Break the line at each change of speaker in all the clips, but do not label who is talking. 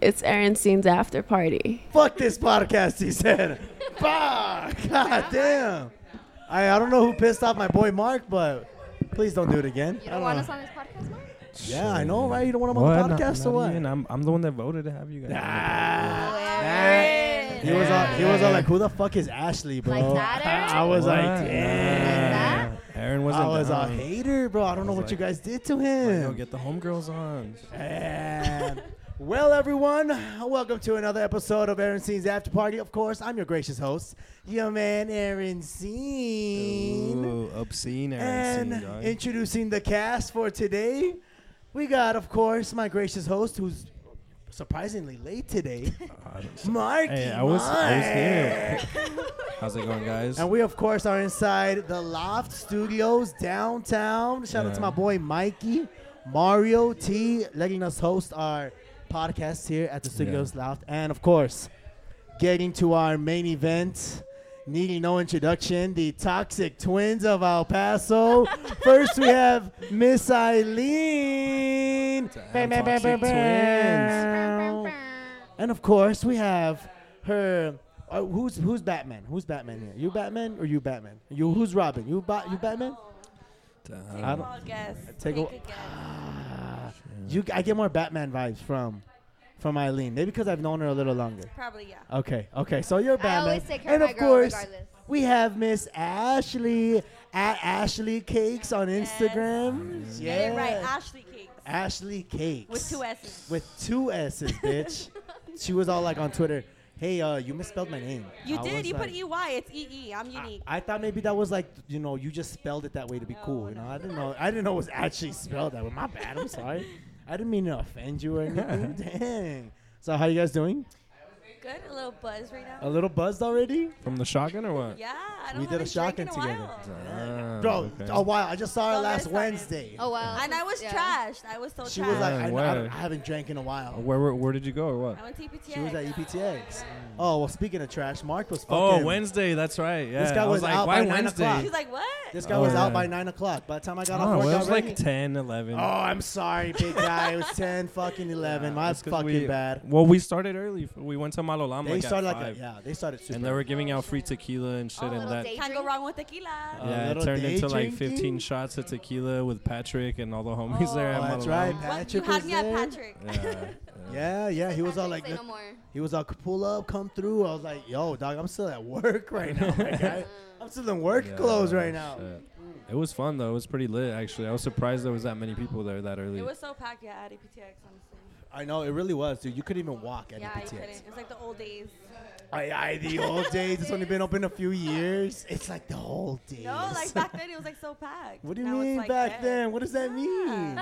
It's Aaron Steen's after party.
Fuck this podcast, he said. Fuck. God damn. I, I don't know who pissed off my boy Mark, but please don't do it again.
You
I
don't want
know.
us on this podcast, Mark?
Yeah, I know, right? You don't want him on the
Not-
podcast or
not
what?
even. I'm, I'm the one that voted to have you guys.
Nah.
Aaron.
He was all, he was all like, who the fuck is Ashley, bro?
Like that, Aaron?
I was like,
What?
damn.
Aaron wasn't.
I was a
down.
hater, bro. I don't know what you guys did to
Yo,
him.
get the homegirls on.
And well, everyone, welcome to another episode of Aaron Scene's After Party. Of course, I'm your gracious host, your man Aaron Scene.
Ooh, obscene Aaron
And
scene, dog.
introducing the cast for today, we got, of course, my gracious host, who's surprisingly late today, Mark.
Hey, I was, I was here. How's it going, guys?
And we, of course, are inside the Loft Studios downtown. Shout out to
Yeah.
my boy Mikey, Mario T, letting us host our podcast here at the Studios Loft. And, of course, getting to our main event, needing no introduction, the Toxic Twins of El Paso. First, we have Miss Eileen. Bam, bam, bam, bam,
Toxic
bam. And of course, we have her. Uh, who's who's Batman? Who's Batman here? You Batman or you Batman? You who's Robin? You ba- you Batman?
Damn.
I don't.
guess.
Take a- Ah, you. I get more Batman vibes from from Eileen. Maybe because I've known her a little longer.
Probably, yeah.
Okay. Okay. So you're
I
Batman.
always take care
and
of my
of
girl
course,
regardless.
we have Miss Ashley at Ashley Cakes on
Yes.
Instagram. Yes.
Get it right, Ashley Cakes.
Ashley Cakes
With two S's.
with two S's, bitch. she was all like on Twitter, "Hey, uh, you misspelled my name."
You
I
did.
was
You put
like-
EY. It's EE. I'm unique.
I, I thought maybe that was like you know you just spelled it that way to be
No,
cool. You know
no.
I didn't know I didn't know it was actually spelled that way. My bad. I'm sorry. I didn't mean to offend you or anything. Dang. So how you guys doing?
Good. A little buzz right now.
A little buzzed already,
From the shotgun or what?
yeah. I don't
Oh. We did
have
a shotgun
drink in a
together.
while.
Damn,
bro.
Um,
oh,
okay.
A while. I just saw her
Don't
last
mess on it.
Wednesday.
Oh, well.
And I was
yeah.
trashed. I was so
She
trashed.
was like, I, I,
Why?
don't- I haven't drank in a while.
Uh, Where, where where did you go or what?
I went to E EPTX.
She was at E EPTX. Oh well, speaking of trash, Mark was
Oh,
fucking.
Wednesday. That's right. Yeah.
guy was out by nine o'clock.
She's like, what?
This guy was
Oh,
out
yeah.
by nine o'clock. By the time I got
Oh,
off work,
well, it was
already-
like 10, 11.
Oh, I'm sorry, big guy. It was ten fucking eleven. My
That's 'cause
fucking
we,
bad.
Well, we started early. We went to Malolama.
They
like
started like
at Oh five,
a, yeah, they started super.
And they were giving out free tequila and shit,
Oh,
and
little
that
date.
Can't go
Drink?
wrong with tequila.
A
yeah, it
little
turned
day
into like
drinking?
15 shots of tequila with Patrick and all the homies there.
Oh,
At
that's
Malolama.
right.
What?
Patrick
You had
was
me
there.
at Patrick.
Yeah.
Yeah, yeah. He was all
Patrick,
like,
say
look,
no more.
he was all pull up, come through. I was like, yo, dog, I'm still at work right now. my guy. I'm still in work
Yeah, oh,
clothes right now.
shit. It was fun though. It was pretty lit actually. I was surprised there was that many people there that early.
It was so packed, yeah, at E EPTX, honestly.
I know it really was, dude. You couldn't even walk at E
Yeah, I couldn't.
EPTX.
It was like the old days.
I, I, the old days. It's only been open a few years. It's like the old days.
No, like back then it was like so packed.
what do you
Now it's,
mean
like,
back
dead.
then? What does that mean?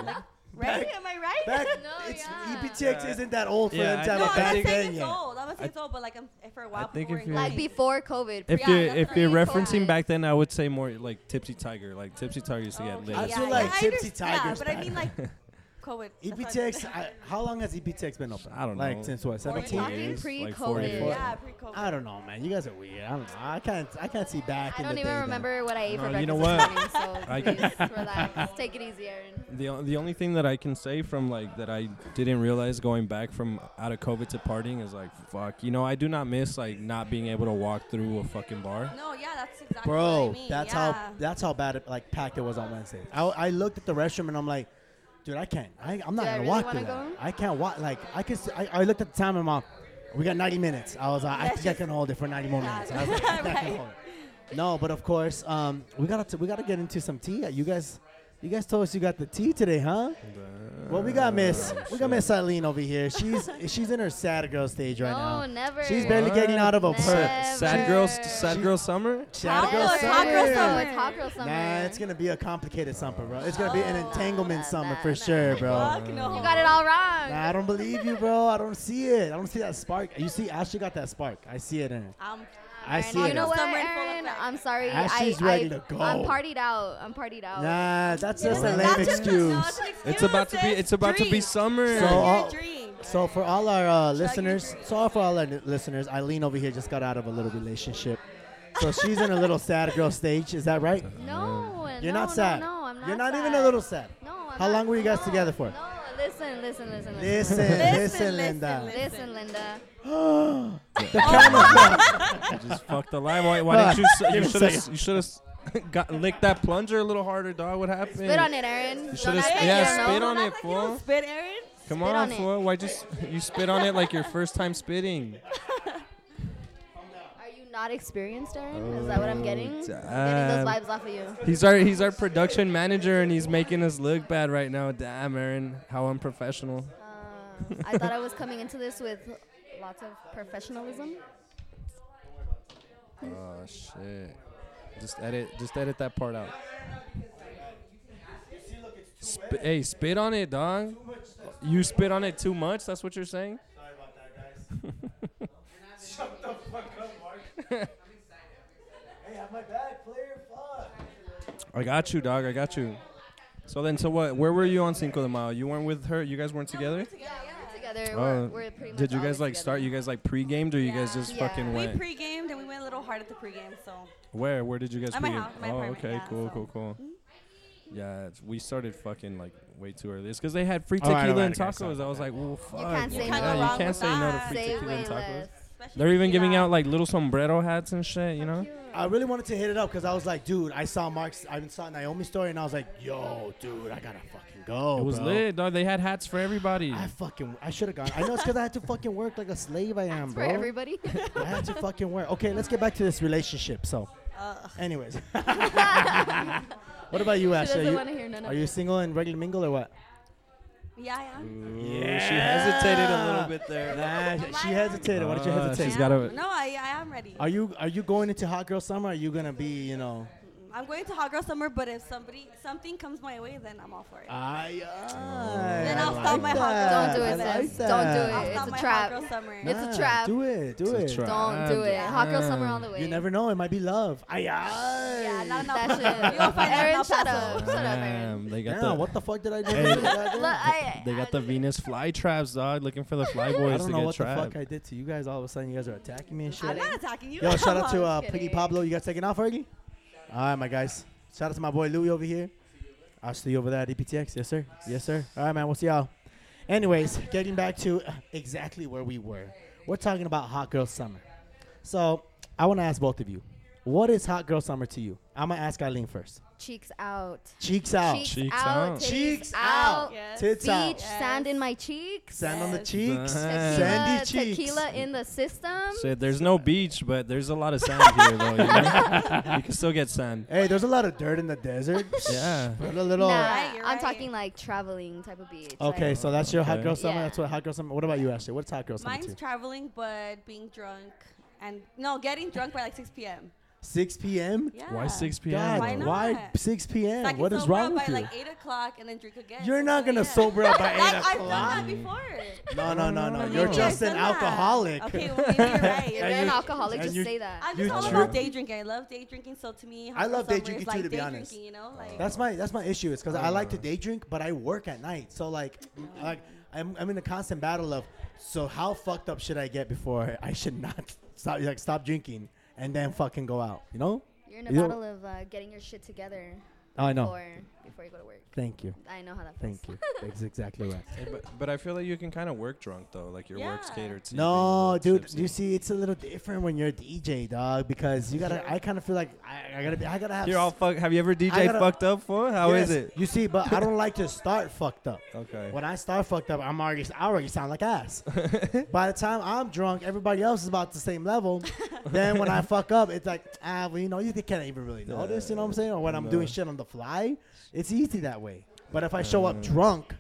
Right?
Back-
Am I right?
Back,
No,
it's, E
yeah.
EPTX isn't that old for
Yeah,
them
I
to have
No,
a
think-
I'm not
back
saying
then
it's
yet.
old. I'm not saying it's old, but like um, for a while,
think
people
if
were
you're-
Like
like,
before COVID.
If
pre-
you're
that's
if you're
pretty
referencing
cool.
back then, I would say more like Tipsy Tiger. Like Tipsy Tiger used to
Oh,
get lit.
I
as
feel
fuck.
like
I
Tipsy
understand-
Tigers
Yeah, but I
back
mean like COVID. that's what I'm
EPTX,
saying.
I, how long has EPTX been open?
I don't
like,
know.
Since what?
Four
We're
17
talking
years?
like
pre-COVID.
years.
yeah, pre-COVID.
I don't know, man. You guys are weird. I don't know. I can't. I can't see back.
I
in
don't
the
even
day, though.
remember what I ate
No,
for breakfast
you know
this morning, so
I-
please relax. Take it easy, Aaron.
The on- the only thing that I can say from like that I didn't realize going back from out of COVID to partying is like fuck. You know, I do not miss like not being able to walk through a fucking bar.
No, yeah, that's exactly
Bro,
what I mean.
that's
yeah.
how that's how bad it, like packed it was on Wednesday. I, I looked at the restroom and I'm like, dude, I can't. I, I'm not
Do
gonna
I really
walk
wanna
through that.
go?
I can't walk. Like I can. I, I looked at the time and I'm, like, we got 90 minutes. I was like, I
Let's
think I
just-
can hold it for 90 more
Yeah.
minutes. I was like, I think I can
Right.
hold it. No, but of course, um, we gotta t- we gotta get into some tea. You guys, you guys told us you got the tea today, huh? Well, we got Miss we got Miss Eileen over here. She's she's in her sad girl stage right
Oh,
now.
no, never.
She's barely
What?
getting out of a
Never.
perp.
Sad girl, sad
She-
girl summer.
Sad
Hot
girl
girl
summer.
hot girl
Oh,
summer.
it's hot girl summer.
Nah, it's gonna be a complicated summer, bro. It's gonna be an
Oh,
entanglement
nah,
summer
nah,
for
nah.
sure, bro.
Fuck no.
You got it all wrong.
Nah, I don't believe you, bro. I don't see it. I don't see that spark. You see, Ashley got that spark. I see it in her.
Um,
I
Aaron,
see
you
it.
know what,
Summer in full
Aaron?
effect.
I'm sorry.
Ashley's
I,
ready
I,
to go.
I'm partied out. I'm partied out.
Nah, that's just a
that's
lame
just- no,
excuse.
it's an
It's about to be.
excuse.
It's about to be uh,
Dream.
summer.
So,
Chug
all-
your dream.
So for all our uh,
your
listeners,
drink.
so for all our n- listeners, Eileen over here just got out of a little relationship, so she's in a little sad girl stage. Is that right?
No.
You're
no,
not sad.
No, no, I'm not.
You're not even a
sad.
little sad.
No. I'm
How
not-
long were you guys
no,
together for?
No, listen, listen,
Listen,
listen, listen,
listen,
listen,
Linda.
listen.
listen, Linda.
The camera.
I just fucked the line. Why, why didn't you? s-
Give
You
me a
should have.
second.
You should have got licked that plunger a little harder, dog. What happened?
Spit on it, Aaron.
You
Don't
should have.
act like
Yeah,
you don't
spit
know.
on it,
Like, you
fool.
don't spit, Aaron.
Come
Spit
on,
on it.
fool. Why just you spit on it like your first time spitting?
Are you not experienced, Aaron? Is that what I'm getting? I'm getting those
Oh, damn.
vibes off of you.
He's our he's our production manager and he's making us look bad right now. Damn, Aaron, how unprofessional.
Uh, I thought I was coming into this with lots of professionalism.
Oh shit. Just edit just edit that part out. Sp- hey, spit on it, dog. You spit on it too much? That's what you're saying? I got you, dog. I got you. So then, so what? Where were you on Cinco de Mayo? You weren't with her. You guys weren't together.
Yeah, we're together.
Oh.
We're, we're pretty much
Did you
always
guys like
together.
start? You guys like pre-gamed, or you guys
Yeah.
just
Yeah.
fucking
We
went?
pre-gamed and we went a little hard at the pre-game, so
Where? Where did you guys
At my
pre-game?
house,
oh,
my apartment,
okay,
yeah,
cool,
so-
cool, cool. Yeah, it's- we started fucking like way too early. It's because they had free
All
tequila
right, all right,
and
okay, so-
tacos. I was like, well, fuck.
can't say
yeah,
no.
you
Wrong
can't
with
say no to
that.
free
Say
tequila and
way
tacos.
less.
especially
They're even giving
tequila.
out like little sombrero hats and shit. You know?
I really wanted to hit it up because I was like, dude, I saw Mark's, I saw Naomi's story, and I was like, yo, dude, I gotta fucking go.
It was
Oh, bro.
lit, dog. They had hats for everybody.
I fucking, I should have gone. I know it's because I had to fucking work like a slave. I am,
It's
bro.
for everybody.
I had to fucking work. Okay, let's get back to this relationship. So,
Ugh.
anyways, what about you, Ashley?
she doesn't
Are
want to
you,
hear none of
are you
it.
single and regular mingle or what?
Yeah, I am.
yeah. She hesitated a little bit there.
Nah, she- she hesitated. Why did you
Ah,
hesitate?
she's gotta-
No, I, I am ready.
Are you are you going into hot girl summer? Are you gonna be you know?
I'm going to Hot Girl Summer, but if somebody something comes my way, then I'm all for it.
Aye,
Then I'll
I
stop
like
my hot
that.
girl.
Don't do
I
it,
like
sis.
that.
Don't do
I'll
it.
stop
It's a
my
trap.
Hot Girl Summer.
It's a
Nah,
trap.
Do it. Do it.
It's a trap.
Don't do it. Hot girl summer on the way.
You never know. It might be love. Aye, aye.
yeah, not enough.
That shit.
You gonna find out
Aaron,
not
shut
possible.
up. Shut up, Aaron.
Damn, they got
Damn,
the
what the fuck did I do?
Hey.
Did I do?
Look, I,
they
I-
got the Venus fly traps, dog. Looking for the fly boys
I don't
to
know
get
what the
trapped.
fuck I did to you guys. All of a sudden, you guys are attacking me and shit.
I'm not attacking you.
Yo, shout out to
I'm
uh,
kidding.
Piggy Pablo. You guys taking off already? All right, my guys. Shout out to my boy Louie over here. I'll see you over there at EPTX. Yes, sir. Yes, sir. All right, man. We'll see y'all. Anyways, getting back to uh, exactly where we were. We're talking about Hot Girl Summer. So I want to ask both of you, what is Hot Girl Summer to you? I'm going to ask Eileen first.
cheeks out.
Cheeks out.
Cheeks,
Cheeks
out.
out.
titties
Cheeks out.
Yes.
Tits
Beach
out.
Yes.
sand in my cheeks.
Sand on the
Yes.
cheeks.
Damn.
Sandy
Tequila,
cheeks.
tequila in the system.
Shit, there's no beach, but there's a lot of sand here, though. You, know? You can still get sand.
Hey, there's a lot of dirt in the desert.
Yeah.
Put a little.
Nah,
Right, you're
I'm
right.
talking like traveling type of beach.
Okay,
like-
so that's your hot
Okay.
girl summer.
Yeah.
That's what hot girl summer. What about you, Ashley? What's hot girl summer
Mine's
to?
traveling, but being drunk and no, getting drunk by like 6 p.m.
6 p.m.
Yeah.
Why 6 p.m.?
God,
Why
though?
not?
why 6 p.m.?
So I can
what is
sober
wrong
up
with
by
you?
like 8 o'clock and then drink again.
You're not gonna sober up by
Like,
eight
I've done
o'clock.
that before.
No, no, no, no.
No.
You're
I've
just an
done that.
alcoholic.
Okay, well, maybe you're right.
If
You're
you're
And
right.
an
you-
alcoholic,
and
just
you-
say that.
I'm just
You
all
true.
about day drinking. I love day drinking, so to me, hot
I
girl
love day
summer is
drinking,
like
too, to be
day
honest.
drinking, you know, like
That's my that's my issue. It's because I like to day drink, but I work at night. So like, like I'm I'm in a constant battle of so how fucked up should I get before I should not stop like stop drinking and then fucking go out. You know?
You're in a
You know-
battle of uh, getting your shit together
Oh, I know.
before, before you go to work.
Thank you.
I know how that feels.
Thank you. That's exactly right.
Hey, but, but I feel like you can kind of work drunk, though. Like your work's
Yeah.
catered to you
No,
being a little
dude.
tipsy.
You see, it's a little different when you're a DJ, dog, because you gotta. I kind of feel like I, I gotta be. I gotta have.
You're all fucked. Have you ever
I
DJ
gotta-
fucked up for? How is it?
You see, but I don't like to start fucked up.
Okay.
When I start fucked up, I'm already. I already sound like ass. By the time I'm drunk, everybody else is about the same level. then when I fuck up, it's like ah, well, you know, you can't even really notice. You know what I'm saying? Or when I'm doing
No.
shit on the fly, it's easy that way. But if I show
Uh.
up drunk,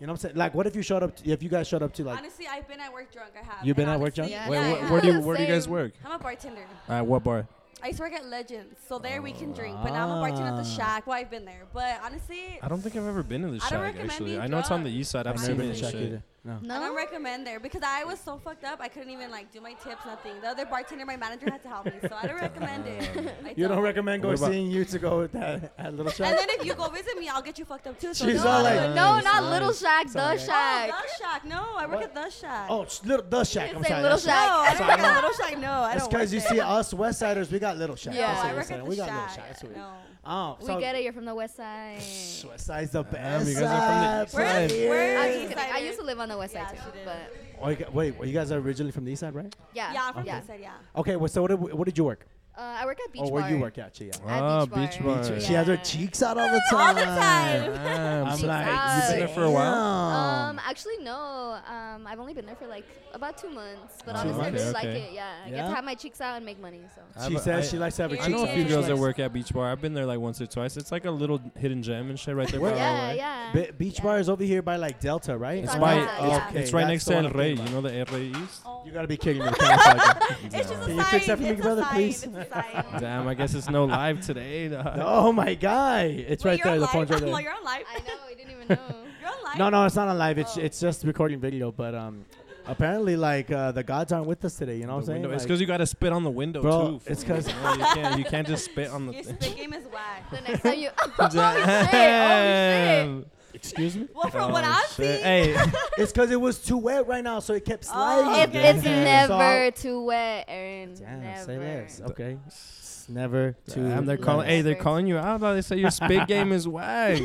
you know what I'm saying? Like, what if you showed up? To, if you guys showed up to like
honestly, I've been at work drunk. I have.
You've been
And
at work drunk?
honestly-
Yeah,
Wait,
Yeah,
wh-
yeah.
where do you where do you guys
Same.
work?
I'm a bartender.
At what bar?
I used to work at Legends, so there we can drink. But now I'm a bartender at the
Ah.
Shack. Well, I've been there, but honestly,
I don't think I've ever been to the
I don't
shack.
recommend
Actually,
being
I know it's on the
drunk.
east side. I've
I've
seen
never been
it.
to
and
Shack
shit.
either. No.
I
No.
don't recommend there because I was so fucked up. I couldn't even like do my tips, nothing. The other bartender, my manager, had to help me, so I don't recommend it. I
You don't recommend
What
going
about-
seeing you to go with that at Little Shack?
And then if you go visit me, I'll get you fucked up too. So
She's
no.
all
no,
like-
no,
Nice,
not Little
nice.
Shack,
Sorry.
The Shack.
Oh, the shack. No, I work
What?
at the shack.
oh, sh- little, the Shack.
You
I'm
say
sorry.
Little
that's-
no,
Shack.
I
Sorry,
work at
I'm-
the little shack. No, I
That's
don't. work
because you
there.
see us West Siders, we got Little Shack.
Yeah,
That's
No,
what
I
I'm
work
saying.
at the
we got Little
shack.
Shack. That's what we-
No.
Oh,
We
so
get it. You're from the west side.
Psh, West Side's the
Yeah,
best.
you guys are from the
side,
east side.
bro.
We're-
I'm
Yeah.
just kidding. I used to live on the west
Yeah,
side
she
too,
did.
but
Oh, you gu- wait, well, you guys are originally from the east side, right?
yeah,
Yeah, I'm from
yeah.
the side. Yeah.
Okay, well, so what did, what did you work?
Uh, I work at Beach
or Oh, where
Bar.
you work at? Yeah.
Ah,
At Beach
beach
Bar.
bar.
Beach
She has her
Yeah.
cheeks out all the time.
All the time.
Damn,
I'm
so
like,
out.
you've been there for a while.
Um, actually, no. Um, I've only been there for like about two months, but
Two
honestly,
months?
I really
Okay,
like
okay.
it. Yeah, I get
Yeah?
to have my cheeks out and make money. So
I've-
She says
I-
she likes to have her
I
I
cheeks
know a
out.
few
She
girls that
likes-
work at Beach Bar. I've been there like once or twice. It's like a little hidden gem and shit right there.
Where-
by the
yeah,
way.
yeah.
Be- beach
yeah.
Bar is over here by like Delta, right?
It's
It's
on
by
Delta, yeah.
it's, it's right
that's
next
the
to
one
El
I'm
Rey.
thinking
You know the El Rey East.
Oh.
You gotta be kidding me. Come on, Saga.
It's just a
Can
sign.
you fix that for me,
it's a
brother,
sign.
please?
It's a sign.
Damn, I guess it's no live today. dog.
oh my god, it's
Wait,
right
you're
there.
On
The
live?
phone's right
Well,
there.
you're on live.
I know. I didn't even know.
You're on live.
No, no, it's not on live. It's
Oh.
it's just recording video. But um, apparently like uh, the gods aren't with us today. You know what I'm
The
saying?
window- it's
Like-
because you gotta spit on the window
Bro,
too. fool.
it's 'cause-
you, know, you can't you can't just spit on the.
Your spit game is whack.
the next time you, holy shit, holy shit.
Damn.
excuse me.
Well, from
Oh,
what I've
shit.
seen,
Hey,
It's because it was too wet right now, so it kept sliding.
Oh,
It,
okay.
it's
Okay.
never too wet, Aaron.
Damn,
never.
say less. Okay, it's never too.
damn, they're
less.
calling. Hey, they're
Experts.
calling you out. dog. They say your spit game is whack.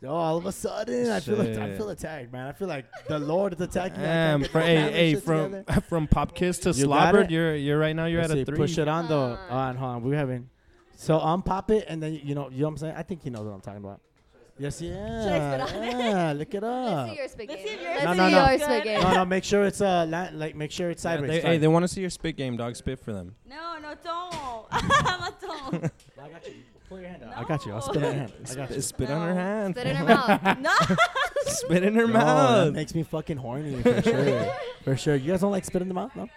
Yo, Oh, all of a sudden, I feel like, I
Shit.
feel attacked, man. I feel like the Lord is attacking me. I can't
Damn,
get
fr-
my
hey,
family
hey,
shit
from
together.
from pop kiss to
You got it?
slobbered, you're you're right now. You're
Let's
at
see,
a three.
Push it on though.
Come
On, hold on, we're having. So unpop it, and then you know, you know what I'm saying. I think he knows what I'm talking about. Yes, yeah,
spit on it?
yeah. Look it
Let's
up.
see your spit
Let's
game.
see if your
Let's
spit
see
game is
your
good.
spit game.
No, no, make sure it's uh, la- like make sure it's
Yeah,
sideways.
they-
sorry.
hey, they want to see your spit game, dog. Spit for them.
no, no, don't. Emma, don't.
I got you. Pull your hand out.
No.
I got you. I'll spit on your hand. I got you.
Spit, spit on her
No.
hand.
Spit in her
fool.
mouth.
No.
spit in her
No, Oh, that
mouth.
makes me fucking horny for sure. for sure. You guys don't like spit in the mouth? No,
Um,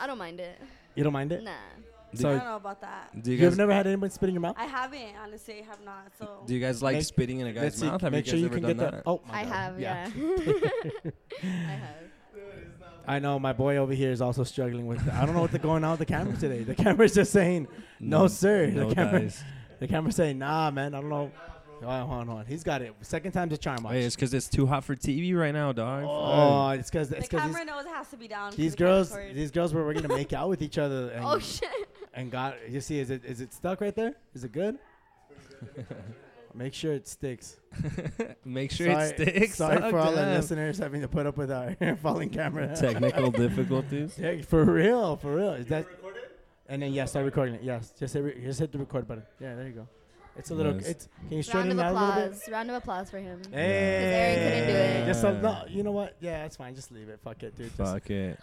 I don't mind it.
you don't mind it.
Nah.
I
So,
don't know about that.
do you
You've
guys
never had anybody spit in your mouth?
I haven't, honestly, I have not. So
do you guys like
Make-
spitting in a
Let's
guy's
see.
mouth? Have
Make
you
sure
guys
you
ever
can
done
get
that?
that. Oh, my
I
God.
have, yeah. I have.
I know my boy over here is also struggling with. I don't know what's going on with the camera today. The camera's just saying, "No, sir."
Mm, No,
the camera,
guys.
the camera's saying, "Nah, man, I don't know." Hold on, hold on, hold on. He's got it. Second time's a charm.
Wait, it's because it's too hot for TV right now, dog.
oh, it's because
the
it's because
camera knows it has to be down. 'cause
these,
we can't
girls,
record.
these girls were going to make out with each other, and,
Oh shit.
and got you see, is it is it stuck right there? Is it good? Make sure it sticks.
Make sure
sorry,
it sticks.
Sorry
dog.
for all the
Damn.
listeners having to put up with our falling camera.
Technical difficulties.
Yeah, for real, for real. Is that? And then yeah, start recording it. Yes, just hit, re- just hit the record button. Yeah, there you go. It's a little.
Nice.
It's can you
Round
straighten
of
it out a little bit?
applause. Round of applause for him.
Hey,
Aaron couldn't do it.
Just a, no,
Yeah.
you know what? Yeah, that's fine. Just leave it. Fuck it, dude. Just,
Fuck it.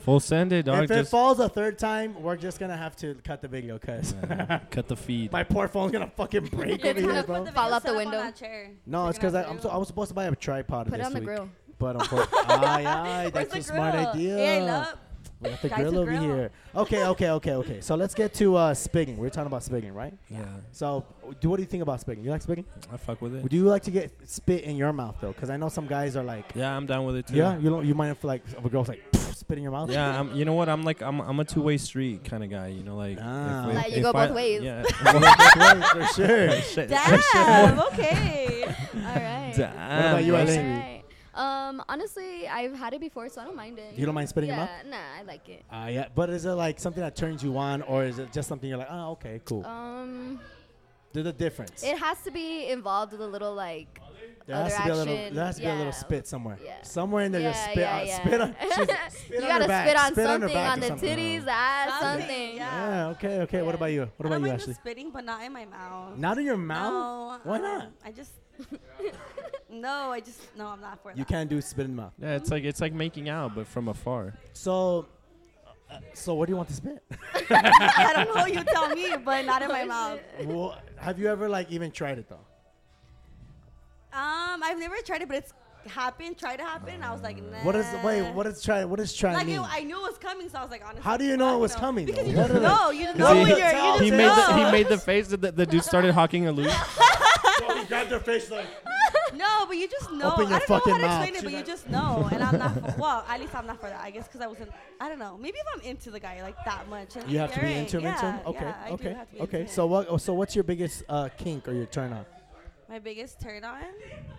Full send it, dog.
if it
Just
falls a third time, we're just gonna have to cut the video, cause
Yeah, cut the feed.
my poor phone's gonna fucking break
Yeah,
over
It's
here,
gonna
bro.
put the
Fall
video
out the
setup on
window.
that chair.
No,
We're
it's
gonna
because
have
I'm
to-
so, I was supposed to buy a tripod
Put it
this
on the
week,
grill.
but unfortunately, aye, aye,
Where's
that's
the
a smart
grill?
idea.
Hey, look.
We got the
Guys
grill
who
over
grill.
here. Okay, okay, okay, okay. So let's get to uh, spigging. We We're talking about spigging, right?
Yeah,
So, do what do you think about spigging? You like spigging?
I fuck with
Would
it.
you like to get spit in your mouth though? Because I know some guys are like,
Yeah, I'm down with it too.
yeah, you don't. You might have like a girl's like spit in your mouth.
Yeah, I'm, you know what? I'm like, I'm, I'm a two way street kind of guy. You know, like,
Ah.
if-
Like,
if-
you go
if I-
both ways.
Yeah.
for sure.
Shit.
Damn. okay.
All right.
Damn.
What about you,
bro.
Alex? Eileen?
Alright. Um, honestly, I've had it before, so I don't mind it.
You don't mind spitting in your
Yeah, nah, I like it.
Uh, yeah, but is it like something that turns you on, or is it just something you're like, oh, okay, cool?
Um,
There's a difference.
it has to be involved with a little like
there has to be a little.
action,
There has to be a little
yeah.
spit somewhere.
Yeah.
Somewhere in there, just
Yeah,
spit
yeah,
on,
yeah.
spit on. she's- Spit
you
on
gotta
her back.
spit on
spit on her
something
back
on,
or
the
something.
titties, ass,
Something,
something.
yeah.
Yeah. Okay. Okay. What
Yeah.
about you? What
I
about
don't
you,
mind the
Ashley?
spitting, but not in my mouth.
Not in your mouth.
No.
Why
um,
not?
I just. no, I just no. I'm not for
You
that.
can't do spit in the mouth.
Yeah, it's like it's like making out, but from afar.
So, uh, so what do you want to spit?
I don't know. You tell me, but not in my mouth.
well, have you ever like even tried it though?
Um, I've never tried it, but it's happened. Tried to happen. and I was like, nah.
What is wait? What is try? What is try
Uh, Like it,
mean?
I knew it was coming, so I was like, honestly.
How do you know it
fuck
was
no.
coming? though?
Because you
What
just
are the-
know. You just
He
know when
made
you're.
the-
You
Oh,
just
He
know.
made the, he made the face that the, the dude started hawking a loop.
He grabbed her face like.
No, but you just know.
Open your
I don't know how to
fucking
explain
mouth.
it, but you just know. And I'm not. For, well, at least I'm not for that. I guess because I wasn't. I don't know. Maybe if I'm into the guy like that much. and
You have to be
you're right,
into him, into
yeah,
him? Okay,
yeah, I do
okay,
have to be
okay.
into
So
him.
what? oh, So what's your biggest uh, kink or your turn on?
my biggest turn on.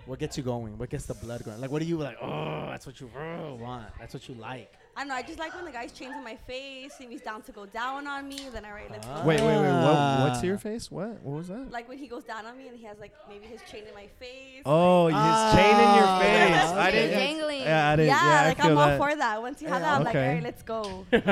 What gets you going? What gets the blood going? Like, what do you like? Oh, that's what you uh, want. That's what you like.
I don't know. I just like when the guy's chains on my face and he's down to go down on me. Then I write. Let's go.
Wait, wait, wait. What,
Ah.
what's to your face? What? What was that?
Like when he goes down on me and he has like maybe his chain in my face.
Oh, he's chain in your
Ah.
face. I
You're
didn't.
dangling.
Yeah, I
yeah,
didn't. Yeah,
like
I feel
I'm all
that.
for that. Once you have
Yeah.
that, I'm like,
Okay.
all right,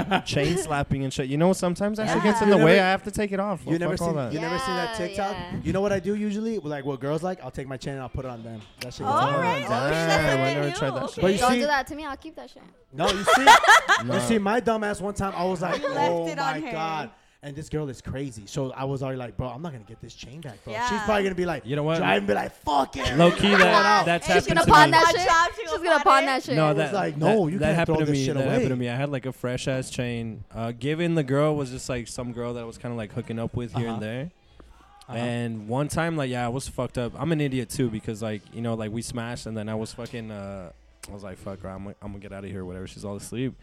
let's go.
chain slapping and shit. You know, sometimes that shit
Yeah.
gets in
You
the way.
never-
I have to take it off.
You never
Fuck all
seen
that.
you never seen that
Yeah,
TikTok?
yeah.
You know what I do usually? Like what girls like? I'll take my chain and I'll put it on them. That shit. gets
All
me.
right, okay,
damn,
that's
I
something
never
new.
tried that shit.
But you
okay.
Don't
see-
do that to me. I'll keep that shit.
No, you see, you
No.
see, my dumb ass one time I was like,
You left
oh
it
my
on her.
god. And this girl is crazy. So I was already like, bro, I'm not gonna get this chain back, bro. She's
Yeah.
probably gonna be like,
You know what?
Drive and be like, fuck it.
Low key, that, that's
Hey,
She's
happened
gonna
to
pawn
me.
that
Hot job,
shit.
she
She's
gonna
gonna
pawn
pawn
it.
that shit.
No,
It was
that,
like,
that-
no, you
that
can't
happened
throw
to
this
me.
shit
that
away.
happened to me. I had like a fresh ass chain. Uh, given the girl was just like some girl that I was kind of like hooking up with here
Uh-huh.
and there.
Uh-huh.
And one time, like, yeah, I was fucked up. I'm an idiot too because, like, you know, like we smashed and then I was fucking. Uh, I was like, fuck her. I'm, I'm gonna get out of here. Whatever. She's all asleep.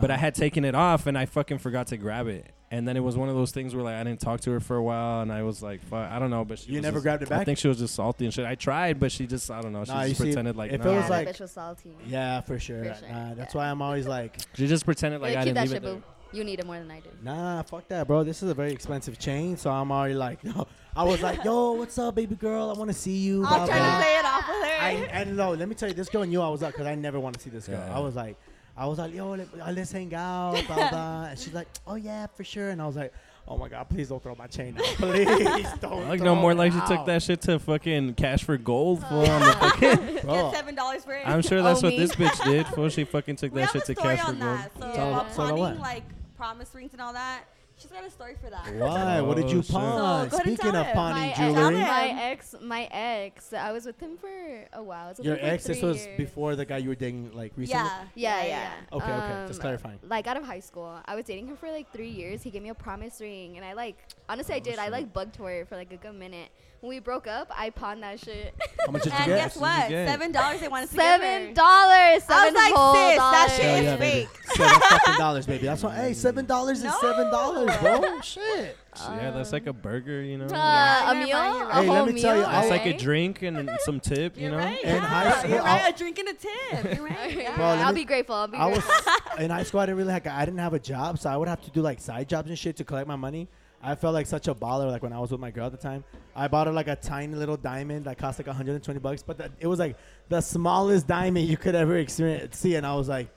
But I
Uh-huh.
had taken it off and I fucking forgot to grab it. And then it was one of those things where like I didn't talk to her for a while and I was like, fuck, I don't know. But she
You
was
never
just-
grabbed it
I
back?
think she was just salty and shit. I tried, but she just, I don't know. She
Nah, you
just
see,
pretended like
if it
nah.
was
yeah,
like-
that bitch was salty.
Yeah, for sure.
For sure,
Nah, that's
yeah.
why I'm always like,
she just pretended like
Yeah,
I
keep
didn't
that
leave
shit,
it there.
boo. You need it more than I do.
Nah, fuck that, bro. This is a very expensive chain, so I'm already like, no. I was like, yo, what's up, baby girl? I want to see you.
I'm
blah,
trying
blah.
to play it off with
I,
her.
and no, let me tell you, this girl knew I was up because I never want to see this girl.
Yeah.
I was like, I was like, yo, let, uh, let's hang out, blah blah. And she's like, oh yeah, for sure. And I was like, oh my god, please don't throw my chain out, please don't.
Like
throw
no more
it
like she took
out."
that shit to fucking cash for gold fool. I'm, a fucking-
Bro,
Get seven dollars for it.
I'm sure that's
Oh,
what
me.
this bitch did. Fool, she fucking took
we
that shit
have a
to
story
cash for
on
gold.
that. So
Tell-
about
tell her what?
pawning like promise rings and all that. She's got a story for that.
why? what did you
Oh, shit.
pawn?
So, go ahead and
Speaking
tell
of
it.
pawning
My ex,
jewelry,
it.
my ex, my ex. I was with him for a while. I was with
your
him for
ex. This
three
was
years.
before the guy you were dating, like recently.
Yeah.
Yeah, yeah.
Okay, okay.
Um,
Just clarifying.
Like out of high school, I was dating him for like three years. He gave me a promise ring, and I like honestly, I did. I like bugged her for like a good minute. When we broke up, I pawned that shit.
How much did you
And
get?
guess what?
get?
Seven dollars they wanted to
seven
give her.
dollars.
I was
Seven
like,
whole
sis, that
dollars.
shit
Hell
is
yeah, baby.
fake.
Seven fucking dollars, baby. That's why. Hey, seven dollars is
No.
seven dollars, bro. Shit.
yeah, that's like a burger, you know.
Uh, a
you're
meal,
right, you're
a
right.
Hey,
whole
let me
meal.
tell you, I
That's like a
okay?
drink and then some tip, you
You're
know.
right.
In
yeah.
high school,
You're right.
I'll-
A drink and a tip. You're right.
Yeah,
Yeah.
Bro, let
I'll
me-
be grateful. I'll be
I was
grateful.
in high school. I didn't really like. I didn't have a job, so I would have to do like side jobs and shit to collect my money. I felt like such a baller. Like when I was with my girl at the time, I bought her like a tiny little diamond that cost like 120 bucks, but that, it was like the smallest diamond you could ever experience. See, and I was like,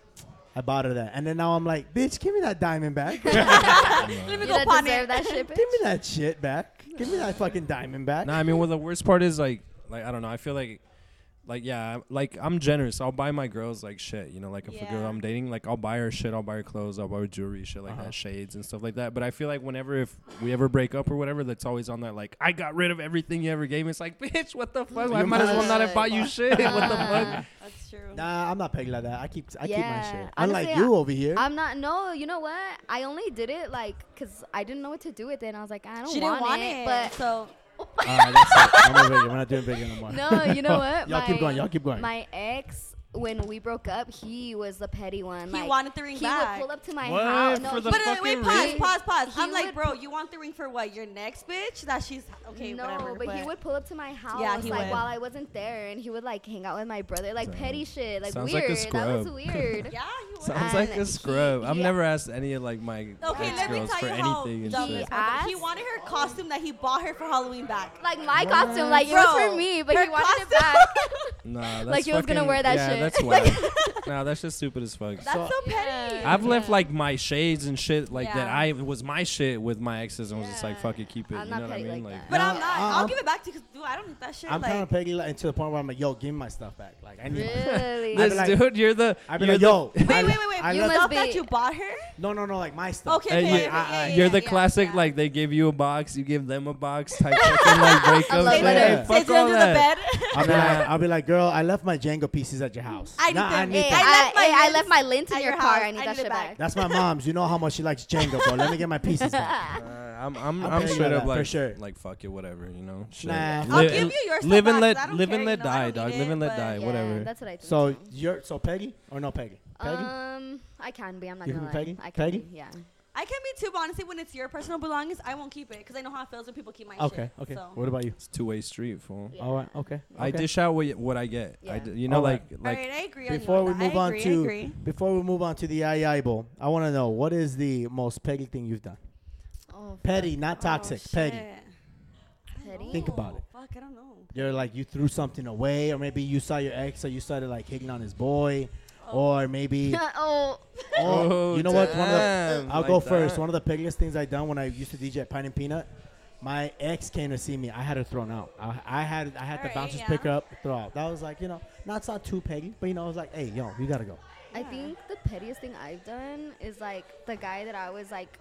I bought her that, and then now I'm like, bitch, give me that diamond back. give me
Let me
You
go
don't
pawn
deserve
it.
that shit, bitch.
that shit back. Give me that fucking diamond back.
No, I mean, well, the worst part is like, like I don't know. I feel like, like yeah, I'm- like I'm generous. I'll buy my girls like shit, you know. Like if a girl
Yeah.
I'm dating, like I'll buy her shit. I'll buy her clothes. I'll buy her jewelry, shit like
Uh-huh.
that, shades and stuff like that. But I feel like whenever if we ever break up or whatever, that's always on that. Like I got rid of everything you ever gave me. It's like, bitch, what the fuck? I
You
might as well
must-
not have bought you shit. what the
Uh,
fuck?
That's true.
Nah, I'm not pegged like that. I keep I keep my
Yeah,
shit.
honestly,
Unlike you over here.
I'm not. No, you know what? I only did it like because I didn't know what to do with it. And I was like, I don't
She
want,
didn't want
it,
it.
But
so
All right, that's it. I'm a vegan. We're not doing vegan anymore.
no, you know what?
Y'all keep going. Y'all keep going.
My ex, when we broke up, he was the petty one.
he
like,
wanted the ring
he
back.
would pull up to my
What?
house. No,
For
he-
the
but uh,
fucking
wait,
ring?
pause, pause, pause.
He
I'm like,
would-
bro, you want the ring for what? Your next bitch? That she's okay.
no,
whatever,
but, he would pull up to my house
Yeah, he
like
would.
while I wasn't there, and he would like hang out with my brother, like
Damn.
petty shit, like
Sounds like a
weird. that was
scrub.
weird.
Yeah, he would.
Sounds like a
And
scrub.
he-
I've
he-
never asked any of like my
Okay,
ex
let me
girls
tell
for
you how
anything and
dumb
shit.
this motherfucker- He
asked-
wanted her costume that he bought her for Halloween back.
Like my costume, like it was
Bro,
for me, but
her
he wanted
costume-
it back.
Nah, that's
Like, you was gonna
fucking-
wear that
yeah,
shit.
That's wild. nah, that's just stupid as fuck.
That's so, petty.
Yeah.
I've left like my shades and shit like that.
Yeah.
I was my shit with my exes and was just like,
Yeah.
fuck it, keep it.
I'm
you
not
know what I
petty
mean?
like
Like,
But
Nah,
I'm not.
I-
i
uh, I'm-
will give it back to you because, dude, I don't need that shit.
I'm
like,
kind of petty like, to the point where I'm like, yo, give me my stuff back. Like, I need. My-
Really?
I'd be
this
like-
dude, you're the.
I'd be
you're
like,
the-
yo.
wait,
I,
wait, wait, wait.
I
you
left-
left
be-
that you bought her?
no, no, no, like my stuff.
Okay,
uh,
okay,
you-
okay, yeah,
You're the
yeah,
classic,
yeah.
like they give you a box, you give them a box type fucking like breakup.
love
shit.
it.
Hey,
Sits
fuck all
under
that.
the bed.
I'll be,
Nah.
like, I'll be like, girl, I left my Jenga pieces at your house.
I need
Nah, I
them.
need
Hey,
I
that.
left my
I, hey, I
lint
left my lint in
at
your
your
car.
house.
I need that
I need it
shit
back.
back.
That's my mom's. You know how much she likes Jenga, bro. Let me get my pieces back.
Uh, I'm I'm,
I'm
I'm,
paying
straight
you
up
that,
like
for sure.
like fuck it, whatever, you know. Shit.
Nah.
I'll
Li-
give you your
live
stuff
and
back, 'cause
let
I don't
live and
care,
let
you know, I
die,
don't
dog.
need
Live
it,
and let
but
die,
Yeah,
whatever.
That's what I think.
So
too.
you're so Peggy or no Peggy? Peggy.
Uh,
Um, I can be. I'm not
You
gonna
can
lie.
be Peggy?
I can
Peggy?
be. Yeah.
I can be too, but honestly, when it's your personal belongings, I won't keep it because I know how it feels when people keep my
okay.
shit.
Okay.
So.
What about you?
It's two way street, fool.
Yeah.
All right. Okay.
I
okay.
dish out what, y- what I get. I
Yeah.
d- you know,
All right.
like like
All right, I agree.
Before
on you
we
on that.
move
I
on
agree, I
to-
agree.
Before we move on to the II bowl, I want to know what is the most Peggy thing you've done?
Oh, fuck.
Petty, not toxic.
Oh,
Peggy.
shit. I don't
Petty?
Think about
know.
it.
Fuck, I don't know.
You're like you threw something away, or maybe you saw your ex, so you started like hitting on his boy, or maybe.
oh.
Oh, you know what? One of the,
damn,
I'll
like
go first.
that.
One of the piggiest things I done when I used to DJ at Pine and Peanut, my ex came to see me. I had her thrown out. I, I had I had the
Alright,
bouncers
yeah.
pick her up, throw out. That was like you know, not it's not too peggy, but you know, I was like, hey, yo, you gotta go.
I think the pettiest thing I've done is like the guy that I was like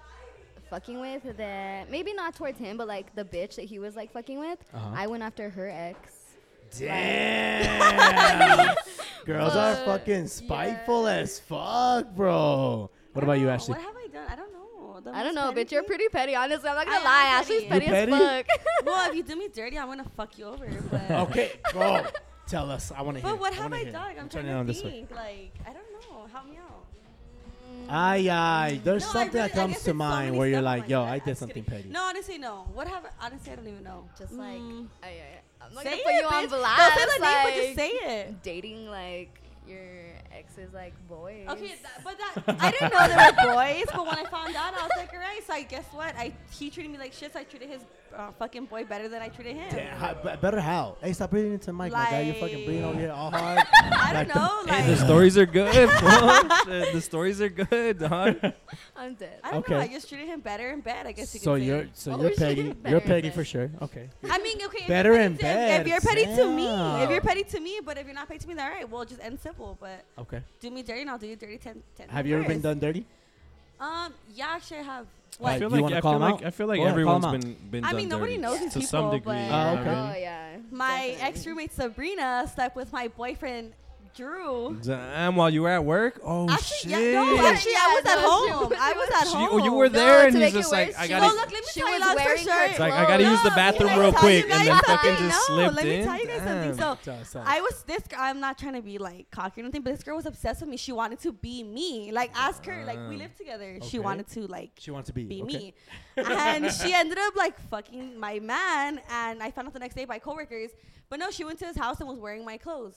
fucking with that maybe not towards him but like the bitch that he was like fucking with
Uh-huh.
I went after her ex
Damn, girls are
But,
fucking spiteful as fuck, bro. What
I
about you,
don't know.
Ashley?
What have I done? I don't know. The
I don't
most
know
petty
bitch you're
thing?
pretty petty honestly I'm not
I
gonna
am
lie Ashley's
petty.
petty,
You
as
petty?
fuck
well, if you do me dirty, I'm gonna fuck you over. But,
Okay, bro, tell us. I want to hear.
but what
I
have
wanna
I
hear.
done?
turning
I'm trying
it on
to
this way.
think. Like, I don't know. Help me out.
Aye, aye. There's
No, I
something
really-
that
I
comes
guess
to
it's so
mind
many
where you're
stuff,
like,
like
yo,
that.
I
I'm
did
just
something
kidding.
petty.
No, honestly, no. What have I, honestly? I don't even know.
just like
Mm.
I, I, am not
Say
gonna put
it,
you on
bitch.
blast
Don't say the name,
like,
but just say it.
dating like your ex's like boys
Okay, that, but that I didn't know they were boys. But when I found out, I was like, alright. So I guess what? I he treated me like shit. So I treated his uh, fucking boy better than I treated him.
Yeah, how- be- better how? Hey, stop breathing into the mic, my guy. You're fucking breathing over here all hard. Oh,
I don't know. Like,
the stories are good. fool. Shit, the stories are good, dog.
I'm dead
I don't know.
Okay.
I just treated him better in bed. I guess you could
so
say.
you're so
What
you're
was she
petty.
doing
You're
better
petty
then?
for sure. Okay.
I mean, okay. If
Better
you're petty
in
to- If,
bed,
you're petty to me, if
damn.
you're petty to me, but if you're not petty to me, then all right. We'll just end simple. But
Okay.
do me dirty, and I'll do you dirty. Ten, ten
Have you ever been
first.
done dirty?
Um. Yeah. Actually, I have.
Like,
I
What?
feel
you
like
wanna
I
call
feel
'em
like
out?
I feel like
Go ahead, call 'em
everyone's
out.
been been.
I
done
mean, nobody
dirty
knows
to
these
some
people,
degree.
but-
you know
Oh,
what I
okay.
mean?
oh yeah
My
definitely.
ex roommate Sabrina slept with my boyfriend Drew.
Damn, while you were at work? Oh
Actually,
shit.
yeah, no, actually, I
Yeah,
was
no,
at
she
home.
was-
I was at
She-
home.
oh, you were
No,
there,
to
and
make
he's just
it
like,
worse,
I
she
So
gotta.
was-
look, let me
She
tell you
was
long story
wearing her
short.
It's like I gotta
No,
use the
let me
bathroom
tell
real
you
quick,
guys
and then fucking
something.
just
no,
slipped
let me
in.
tell you guys something.
Damn.
So
Tell us, tell us.
I was this. girl- I'm not trying to be like cocky or anything, but this girl was obsessed with me. She wanted to be me. Like ask her. Like we
Damn.
lived together.
Okay.
She wanted to like
She wants to be.
be
okay.
me. and she ended up like fucking my man. And I found out the next day by coworkers. But no, she went to his house and was wearing my clothes.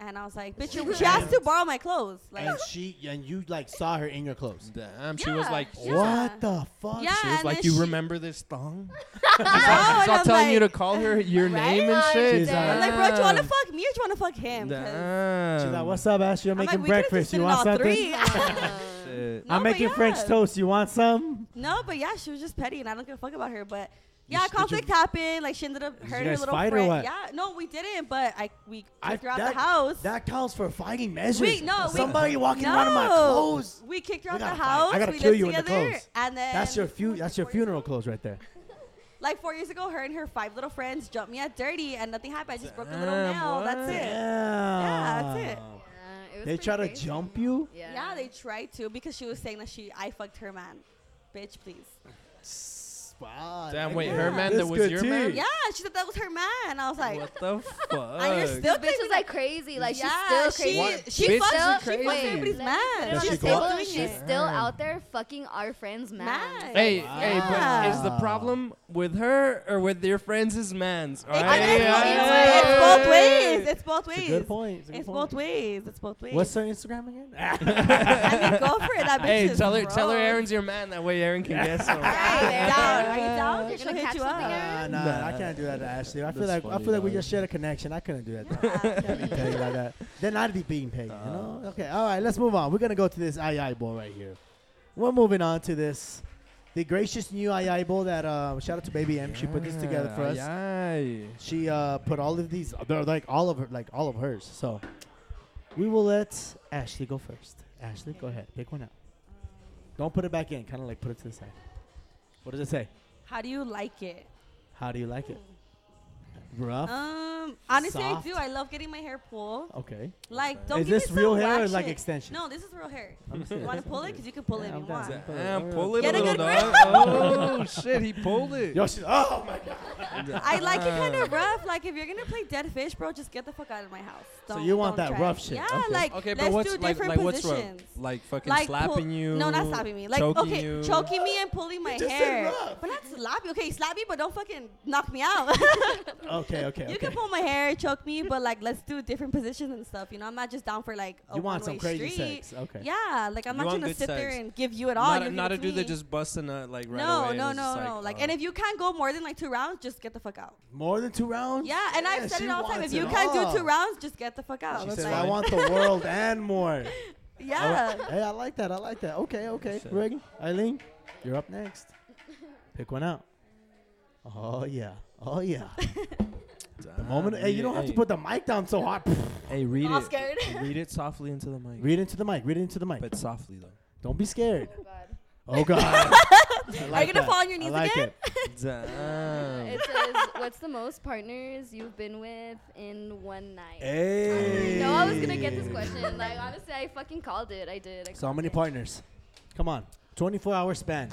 And I was like, bitch, you- she has to borrow my clothes. Like,
And she and you like saw her in your clothes.
Damn, she was
Yeah,
like,
yeah.
What the fuck?
Yeah,
she
and
was like,
then
you
she-
remember this thong?
no,
She's
and
not
I'm
telling you to
like-
call her your
Right?
name and shit.
She's like,
I'm like, bro, do you
Uh.
want to fuck me or do you want to fuck him? 'Cause-
Damn.
She's like, what's up, Ash? You're
I'm
making
like, we could've just
breakfast.
did
You
it
want
all
something?
three.
Shit.
No,
I'm
but
making French
yeah.
toast. You want some?
No, but yeah, she was just petty, and I don't give a fuck about her. But
sh-
yeah,
did you-
conflict happened. Like she ended up
you
hurting her
guys
little
fight or
friend.
what?
Yeah, no, we didn't. But I we kicked her out
that,
the house.
That counts for fighting measures.
Wait, no, we-
somebody walking around in my
No.
clothes.
We kicked her
We
out the
gotta fight.
house.
I gotta
we
kill
lived
you in the
together,
clothes.
And then
That's your fu-
what was
That's
it,
your
four years
funeral
ago?
clothes right there.
Like four years ago, her and her five little friends jumped me at dirty, and nothing happened. I just broke a little
Damn,
nail. That's
what?
it.
Yeah,
that's it.
Yeah, it was
They
pretty
try to
crazy.
jump you.
Yeah. they tried to because she was saying that she I fucked her man. Bitch, please.
Wow.
Damn, wait,
Yeah.
her man that
This
was
good
your
tea.
man?
Yeah, she said that was her man. I was like,
What the fuck?
I understand.
This bitch is like crazy. Like
Yeah,
she's still crazy.
What?
She,
Bitch,
she, fucks-
you're
she
crazy.
fucks everybody's
Let me put it
man.
Does
on
she
the
go out
table.
there?
She's
Shit.
still out there fucking our friends, man.
Man.
Hey,
Wow.
hey, but is the problem with her or with your friends' is man's? All
I
right?
mean, it's both ways. It's both ways.
It's
It's
a good
both ways.
point. It's, a good
It's
point.
both ways. It's both ways.
What's her Instagram again?
I mean, go for it. That bitch
Hey,
is
tell her, tell her
gross.
Aaron's your man. That way Aaron can guess him.
Right, there.
down, right down.
You're
She'll
gonna
hit
catch
you
something,
up.
Nah,
Aaron?
nah,
Nah.
I can't do that to Ashley. I feel
That's
like I
funny,
feel like we
dog.
just shared a connection. I couldn't do that. to her.
Yeah.
Can't be petty like that. Uh-huh. Then I'd be being petty, you know? Okay, all right, let's move on. We're gonna go to this II bowl right here. We're moving on to this. The gracious new II bowl that uh, shout out to Baby M. She put this together for us.
Yeah.
She uh, put all of these, they're like all of her, like all of hers. So we will let Ashley go first. Ashley, go ahead, pick one out. Don't put it back in. Kind of like put it to the side. What does it say?
How do you like it?
How do you like it? Rough.
Um, honestly,
Soft.
I do. I love getting my hair pulled.
okay.
Like, Uh, don't
Is
give me
this
some
real hair or,
whack
like,
shit.
extension?
No, this is real hair.
I'm
You
serious.
want to pull it? Cause you can pull it
Yeah,
if
I'm
you
down.
want.
Damn, pull it
Get
a
a
little
good
dog. Oh shit, he pulled it.
Yo, she's, oh my god.
I like it
Uh.
kind of rough. Like, if you're gonna play dead fish, bro, just get the fuck out of my house.
So
Don't-
you want
don't
that
try.
rough shit.
Yeah,
Okay.
like
Okay, but
let's
what's
do
like,
different
like what's wrong?
positions.
Like fucking
Like
slapping
pull-
you.
No, not slapping me. Like
choking
okay,
you.
choking me and pulling my
just said
hair.
rough.
But not slap me. Okay, slap me, but don't fucking knock me out.
Okay, okay, okay.
You can pull my hair, choke me, but like let's do different positions and stuff. You know, I'm not just down for like a
you want some
one-way
crazy
street.
sex. Okay.
Yeah, like I'm
You
not
want
gonna
good
sit there
sex.
and give you at all.
Not,
you
a,
give
not
it
a
to
dude
me.
that just busts a nut like right
no,
away. and
no,
it's
no,
just
no. Like,
oh.
and if you can't go more than like two rounds, just get the fuck out.
More than two rounds?
Yeah, and
Yeah,
I've said
she
it all the time.
wants
If you
it
can't
all.
do two rounds, just get the fuck out.
She
That's
said,
like-
I want the world and more. Oh,
yeah.
Hey, I like that. I like that. Okay, okay.
Shit.
Reagan, Eileen, you're up next. Pick one out. Oh, yeah. Oh, yeah. The moment.
Damn,
Hey, you
read
don't
it.
have to
Hey,
put the mic down so hard.
Hey, read
All
it.
scared.
read it softly into the mic,
read into the mic. Read into the mic.
but softly though.
don't be scared.
Oh, God.
Oh, God.
Are you gonna fall on your knees
I like
again?
It.
Damn.
It says, "What's the most partners you've been with in one night?"
Hey.
No, I was gonna get this question. Like honestly, I fucking called it. I did. I
So how
called
many
it.
partners? Come on. 24 hour span.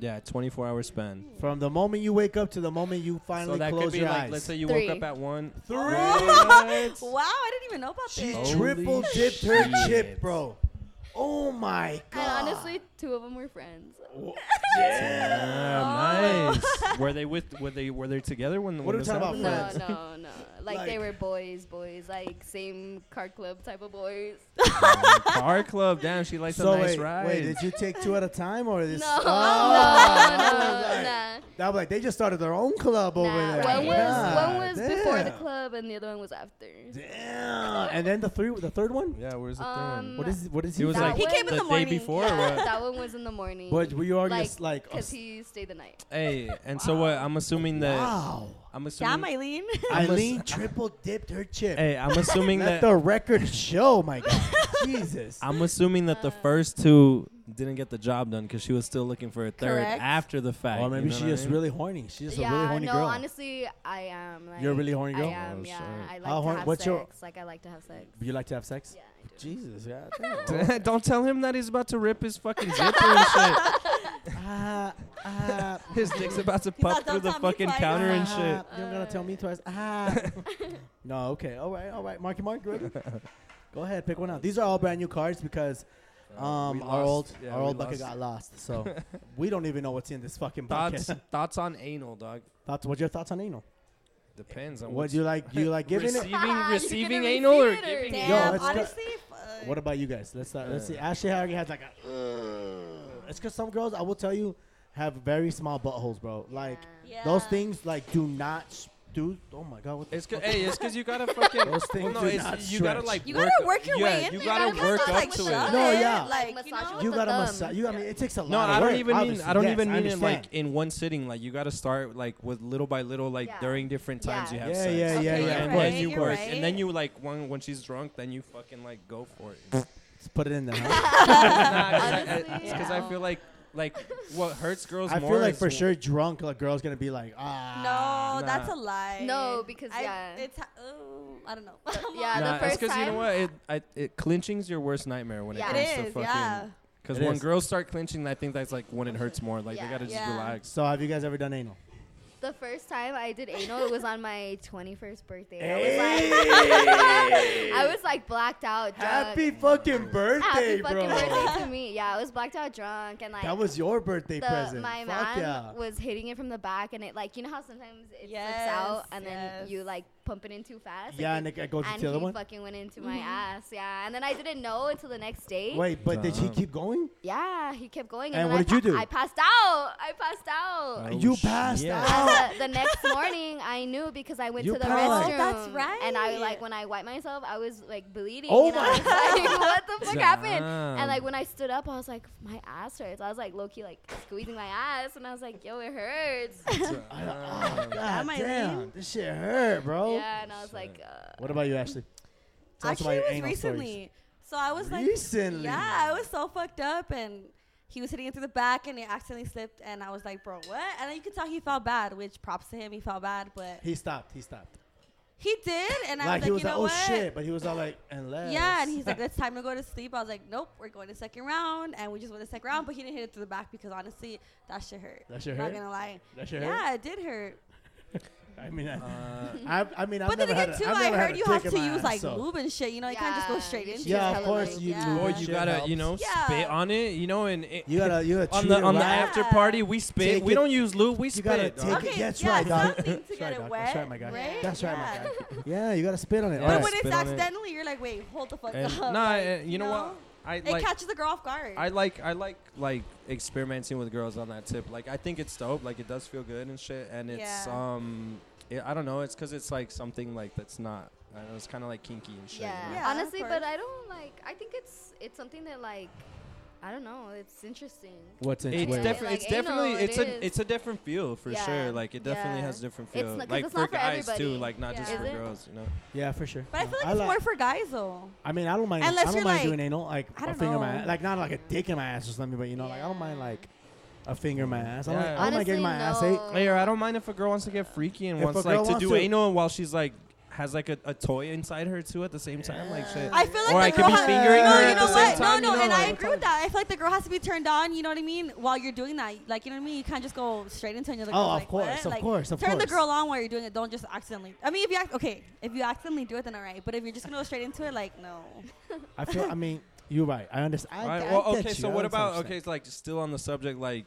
Yeah, 24 hour span.
From the moment you wake up to the moment you finally
So that
close
could be
your
like,
eyes.
let's say you
Three.
woke up at one.
Wow, I didn't even know about
She
this.
Holy
triple dipped her chip,
shit.
bro. Oh my god.
And honestly, two of them were friends.
Wha-
Damn, nice. were they with? Were they? Were they together when?
What
when
are we
this
talking about
happened?
No,
Oh, friends.
no, no. Like,
Like-
they were boys, boys, like same car club type of boys.
Car club. Damn, she likes
So
a nice
wait,
ride.
wait, did you take two at a time or this?
No,
Oh,
no,
like-
no, nah.
That was like they just started their own club over
nah.
there.
One was
God
one was before the
damn.
club, and the other one was after.
Damn. And then the three, the third one.
Yeah, where's the
Um,
thing?
What is what is he?
It was
that
like
He came in
the
the
day
morning.
before. or
Yeah,
what?
that one was in the morning.
But were you already
like,
just like?
Cause
obs-
he stayed the night.
Hey, and so what? I'm assuming that.
wow.
I'm assuming.
Damn, Eileen.
I'm
Eileen
ass-
triple dipped her chip.
Hey, I'm assuming
Let
that.
the record show, my God. Jesus.
I'm assuming that
Uh,
the first two didn't get the job done because she was still looking for a third
Correct.
after the fact.
Or
you
maybe
know
she's
what I
just
mean?
really horny. She's just
yeah,
a really horny
no,
girl.
honestly, I am. Like,
You're a really horny girl?
I am.
Oh,
yeah,
shit.
I like
How
to
horny-
have
what's
sex.
your-
Like, I like to have sex.
You like to have sex?
Yeah, I do.
Jesus, yeah.
Don't tell him that he's about to rip his fucking zipper and shit.
ah, ah,
His dick's about to
like,
pop through
"Don't
the
tell me
fucking
twice."
counter and shit.
ah, You're gonna tell me twice. Ah. no, okay, all right, all right. Marky Mark, you ready? Go ahead, pick one out. These are all brand new cards because um, our old our old bucket got lost, so we don't even know what's in this fucking bucket.
Thoughts, thoughts on anal, dog.
Thoughts? What's your thoughts on anal?
Depends on
What do you like? Do you like giving it?
receiving,
gonna
receiving
receive
anal or
it or
giving
Yo,
Damn,
anal?
let's go.
honestly, fuck.
What about you guys? Let's start, let's see. Ashley already has like a. It's because some girls, I will tell you, have very small buttholes, bro. Like
Yeah.
those things, like do not s- do. Oh my god, what the
It's cause, hey, it's cause you gotta fucking.
Those things
well,
do
no, it's,
not
you gotta
stretch.
like.
You gotta
work
work your
yeah,
way in
You
there.
gotta
Don't
work
just,
up
like,
to
shove
it.
No,
it,
yeah.
Like,
Like, massage
you know?
with
You
the
gotta
thumb.
massage. You, I mean, it takes a lot.
No,
of
I don't
work,
even mean.
obviously.
I don't
Yes,
even
I
mean in
understand.
like in one sitting. Like you gotta start like with little by little, like
Yeah.
during different times
Yeah.
you have
Yeah,
sex.
yeah,
Okay,
yeah,
you're
yeah.
And
right,
then you
you're
work,
right.
and then you like when when she's drunk, then you fucking like go for it.
Let's put it in there. huh?
It's because I feel like like what hurts girls
I
more.
feel like
is
for sure, drunk a girl's gonna be like,
No,
ah.
that's a lie.
No, because,
I-
yeah.
it's ha- oh, I don't know.
yeah, the
Nah, it's
first
because you know
time-
what? It, I, it clinching's your worst nightmare when
Yeah.
it comes
It
to
is,
fucking.
yeah.
Because
It
when
is.
girls start clinching, I think that's like when it hurts more. Like they
Yeah.
gotta just
Yeah.
relax.
So have you guys ever done anal?
The first time I did anal, it was on my 21st birthday. I was like, I was like blacked out, drunk.
Happy fucking birthday,
Happy
bro.
fucking birthday to me. Yeah, I was blacked out, drunk, and like
That was your birthday
the,
present.
my
Fuck
man
yeah.
was hitting it from the back, and it like you know how sometimes it
Yes,
flips out, and
yes.
then you like pump it in too fast.
Yeah,
Like,
and it- it goes
and
into the other
he
one?
fucking went into
Mm-hmm.
my ass. Yeah, and then I didn't know until the next day.
Wait, but did she
Damn.
keep going?
Yeah, he kept going.
And
then
what
I
did you do?
I passed out. I passed out.
Oh,
you passed
shit.
out.
And the, the next morning, I knew because I went
You
to the
passed.
restroom.
Oh, that's right.
And I like when I wiped myself, I was like bleeding.
Oh
and I was like, what the fuck happened?
Damn.
And like when I stood up, I was like, my ass hurts. I was like low key like squeezing my ass, and I was like, yo, it hurts.
God
Am I
damn,
lame?
this shit hurt, bro.
yeah, and I was like, uh,
What about you, Ashley? Tell us
Actually,
about your
it was
anal stories.
recently. So I was like,
Recently?
yeah, I was so fucked up, and He was hitting it through the back and it accidentally slipped. And I was like, bro, what? And then you could tell he felt bad, which props to him. He felt bad, but
He stopped. He stopped.
he did. And I
like
was
he
like,
was like,
you know
oh
what?
shit, but he was all like, unless.
Yeah, and he's like, it's time to go to sleep. I was like, nope, we're going to second round, and we just went to second round, but he didn't hit it through the back because honestly, that shit hurt.
That shit
Not
hurt?
gonna lie.
That shit hurt?
yeah, it did hurt.
I mean, I,
Uh,
I, I mean, I've
but then
never
again,
had
too,
a, I've
I
never had
heard
a
you
kick
have
in
to
my
use
ass,
like
so.
move and shit. You know, you can't just go
Yeah,
straight
you
into
should
it.
Yeah, of
hella
course
late.
you
Yeah.
move
Or
and
you
shit
gotta,
helps.
you know,
Yeah.
spit on it, you know, and it,
You gotta, you gotta
on
chew
the
your
on the
wax.
after party we spit.
Take
we
it-
don't use lube. We
You
spit.
gotta
dog.
take
Okay,
it. That's
yeah,
right, dog.
something to
That's
get
right,
it
dog.
wet,
That's right, my guy.
right?
That's right, my
Yeah.
guy. Yeah, you gotta spit on it.
Yeah.
All
But
right.
when it's
Spit on it.
accidentally, you're like, wait, hold the fuck
And-
up.
nah,
like,
uh, you know what? I
It
like.
catches the girl off guard.
I like I like like experimenting with girls on that tip. Like I think it's dope. Like it does feel good and shit. And it's
Yeah.
um, it, I don't know. It's because it's like something like that's not. I don't know, it's kind of like kinky and shit. you
Yeah.
know?
Yeah, of
Honestly, but
course.
I don't like. I think it's it's something that like, I don't know. It's interesting.
What's in
It's,
Wait.
defi-
Like
it's
anal,
definitely
it
it's a
is.
it's a different feel for
Yeah.
sure. Like it definitely
Yeah.
has a different
It's
feel.
not- 'cause
like
it's
for
not for
guys too,
everybody.
like not just
Yeah.
for
Is it?
girls, you know.
yeah, for sure.
but I feel like
I
it's
like-
more for guys though.
I mean, I don't mind.
Unless
I don't
you're
mind
like-
doing anal, like
I
a
don't
finger in my
know.
ass, like not like a dick in my ass or something, but you know, like I don't mind like a finger in my ass. I don't,
Yeah.
I don't mind getting Oh my ass
Honestly,
ate.
no.
Hey, or I don't mind if a girl wants to get freaky and
If
wants
a girl
like to
wants
do
to-
anal while she's like has like a, a toy inside her too at the same time, like shit.
I feel like
Or
the
I could
girl
be
ha-
fingering
no,
her
you
at
know
the
what?
same time,
no, no,
you know,
and I
like-
agree with that. I feel like the girl has to be turned on. You know what I mean? While you're doing that, like you know what I mean? You can't just go straight into another.
Oh,
girl,
of
like,
course,
what?
of
Like,
course, of
turn
course.
the girl on while you're doing it. Don't just accidentally. I mean, if you act okay, if you accidentally do it, then alright. But if you're just gonna go straight into it, like no.
I feel. I mean, you're right. I understand. I,
All right,
I
well,
get
okay.
you.
So
I
what
understand
about
what you're
okay? It's like still on the subject. Like,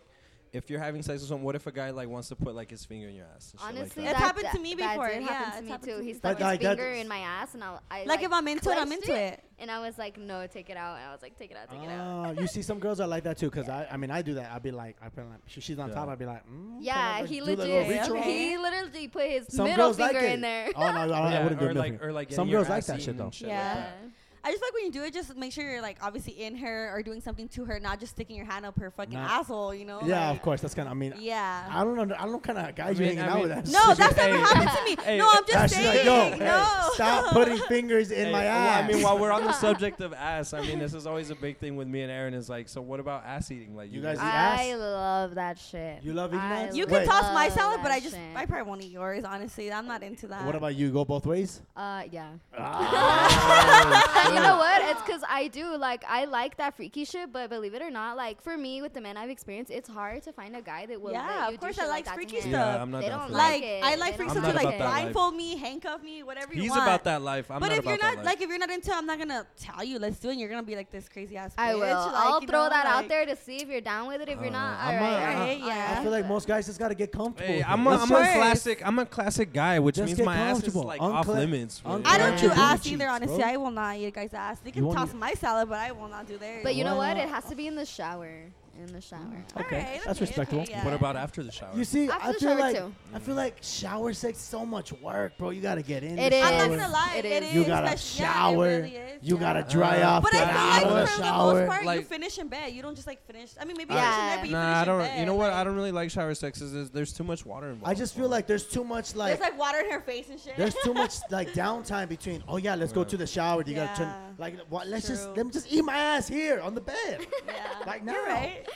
if you're having sex with someone, what if a guy like wants to put like his finger in your ass? And
Honestly,
shit like that?
It's
that-
happened to
that-
me
that
before,
did happen
yeah,
to
it's
me
happened
too.
to me.
He stuck
But, like,
his
that-
finger in my ass, and I, I
Like, if I'm into it, I'm
clenched
into it.
And I was like, no, take it out. And I was like, take it out, take it
uh,
out.
saying. Oh, you see, some girls are like that too. Cause I, I mean, I do that. I'd be like, I put like, she, she's on
Yeah.
top. I'd be like, mm,
Yeah,
kinda
he
do the little
legit.
reach around.
okay.
He literally put his
Some
middle
girls like
finger
it.
in there.
Oh no, I, I
Yeah,
wouldn't do
or
it.
like, or like getting
some
your
girls like
ass
that shit
eaten
though.
and shit
Yeah.
Like that.
I just feel like when you do it, just make sure you're like obviously in her or doing something to her, not just sticking your hand up her fucking
Not-
asshole. You know?
Yeah,
Like,
of course. That's kind of. I mean,
Yeah.
I don't know. I don't know kind of guys you
mean,
hanging
I
out
mean-
with. that
no,
shit.
that's never
Hey.
happened to me.
Hey,
no, I'm
Yeah,
just
she's
saying.
like, yo, hey,
no.
stop putting fingers in
Hey,
my
well,
ass.
I mean, while we're on the subject of ass, I mean, this is always a big thing with me and Aaron. Is like, so what about ass eating? Like,
You guys eat
I
ass?
love that shit.
You love eating
I
ass?
You
Wait.
can toss my
love
salad, but
that
I just
shit.
I probably won't eat yours. Honestly, I'm not into that.
what about you? Go both ways.
Uh, yeah.
Ah,
you know what? It's because I do like I like that freaky shit, but believe it or not, like for me with the men I've experienced, it's hard to find a guy that will.
Yeah,
let you
of
do
course
shit
I
like
like
that to
freaky
him.
stuff.
Yeah, I'm not
They
down
don't
for
Like
like it.
I
They
like
don't
freaks
I'm
to
not
like
about that life.
blindfold me, handcuff me, whatever
that.
you
He's
want.
about that life. I'm
but
not
if
about
you're
that
not
life.
like if you're not into, it, I'm not gonna tell you. Let's do it. and You're gonna be like this crazy ass.
I
bitch.
will.
Like,
I'll
you
throw
know,
that
like-
out there to see if you're down with it. If you're not,
Uh,
all
I'm
right.
a-
all
Alright,
all
yeah.
I feel like most guys just gotta get comfortable.
Hey,
with it.
I'm a,
That's
I'm
all.
a
Sure.
classic. I'm a classic guy, which
Just
means
get
my ass is
comfortable.
like
Uncla-
off limits.
uncla-
I don't
Yeah.
do
Booty
ass either.
cheeks,
Honestly,
bro.
I will not eat a guy's ass. They
You
can
won't e-
toss
eat-
my salad, but I will not do theirs.
But you know what?
Wow.
It has to be in the shower. In the shower. Ah,
Okay,
Alright,
that's
okay,
respectable.
okay, yeah.
What about after the shower?
You see,
After
I
the
feel
shower,
like
too.
I feel like shower sex is so much work, bro. You gotta get in.
It
the
is.
I'm not
Um,
shower.
gonna lie.
It
it
is.
is.
You gotta
that's- yeah, it
shower.
really is,
you
yeah.
gotta dry
Uh,
off.
But
get
I
out
feel
of
like
the shower.
for the most part, you
Like-
finish in bed. You don't just like finish. I mean, maybe
Yeah.
you finish in bed, but you
Nah, I
finish in
don't.
bed.
You know what?
like-
I don't really like shower sex. Is there's, there's too much water involved.
I just feel like there's too much like
There's like water in her face and shit.
there's too much like downtime between. Oh yeah, let's go
Yeah.
to the shower. You gotta turn
Yeah.
like what, let's just
True.
let me just eat my ass here on the bed.
yeah.
Like now,
You're right.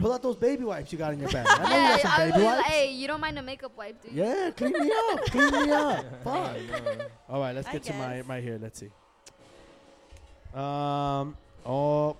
pull out those baby wipes you got in your bag. I know Oh, you got
Yeah,
some
I was
baby
like,
wipes.
hey, you don't mind a makeup wipe, do you?
Yeah, clean me up, clean me up. Fuck. All right, let's
I
get to my
guess.
my here. Let's see. Um. Oh,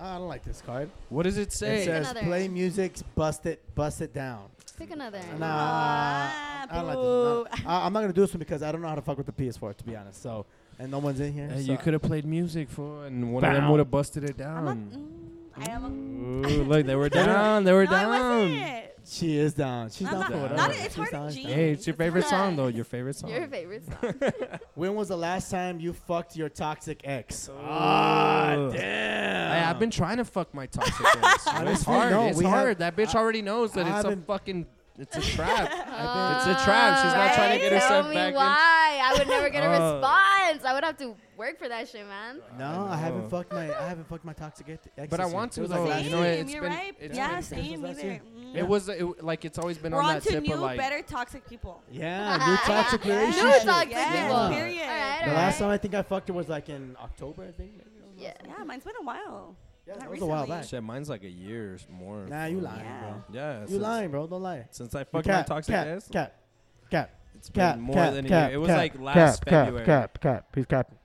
I don't like this card.
What does it say?
It says
another.
play music, bust it, bust it down.
Pick another.
Nah,
Ah,
I don't like
boo.
this. Nah, I, I'm not gonna do this one because I don't know how to fuck with the PS4 to be honest. So, and no one's in here.
Hey,
so-
you could have played music for, and one of
Bow.
them would have busted it
I'm not.
down.
Mm, I am. A, no,
Ooh, look, they were down. They were
I
down.
wasn't.
She is down. She's
I'm
down
not-
for whatever.
not- it's
She's
hard to
down, she's
G.
down.
Hey, it's your favorite
Yeah.
song though. Your favorite song.
Your favorite song.
When was the last time you fucked your toxic ex?
Ooh.
Ah, damn.
Hey, I've been trying to fuck my toxic ex. man. it's
Honestly,
hard.
no,
it's
we have-
hard. that bitch already knows that
I've
it's a
been-
fucking. It's a trap.
I've
It's a trap. She's not trying to get
Right?
herself
Tell me
back in.
why. I would never get a
Oh.
Uh.
response. I would have to work for that shit, man.
been, no, I, haven't
know.
fucked my I haven't fucked my toxic ex. ex
But I
this year.
want to,
It was
though.
last
Same,
you
year.
know, it's
you're
been-
right.
it's
yeah,
been-
same.
That's
Either.
it.
Mm.
It was. It, like it's always been
We're
on
on
that
to
tip
new,
of like.
better toxic people.
Yeah, new toxic
Yeah. New
relationship.
New toxic
Yes,
people.
period.
All right,
The
all
last
right.
time I think I fucked her was like in October, I think. maybe.
Yeah.
Yeah, mine's been a while.
Yeah,
Not
that was a while back.
recently.
Shit, mine's like a year or more.
Nah, you
bro.
lying,
Yeah.
bro.
Yeah,
You
since-
lying, bro. Don't lie.
Since I fucked my
Cap,
toxic
cap,
ass,
Cap, cap,
it's been
cap,
more
cap,
than a
cap,
year. It was
cap,
like last
cap, cap,
February.
Cap, cap, He's capping.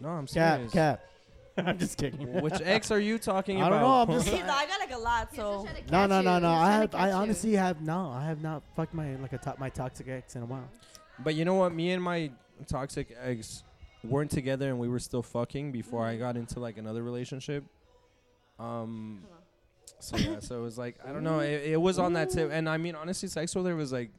No, I'm
Cap,
serious.
cap. I'm just kidding.
Which ex are you talking
I
about?
don't know, I'm just-
He's like, I got like a lot,
He was just
so
trying to
No,
catch
no,
you.
no,
He
no.
was
I
trying
have,
to
I
catch you.
honestly have no. I have not fucked my like a top my toxic ex in a while.
But you know what? Me and my toxic ex weren't together, and we were still fucking before I got into like another relationship. Um,
Hold on.
so yeah, so it was like I don't know. It, it was on that tip, and I mean honestly, sex with her was like,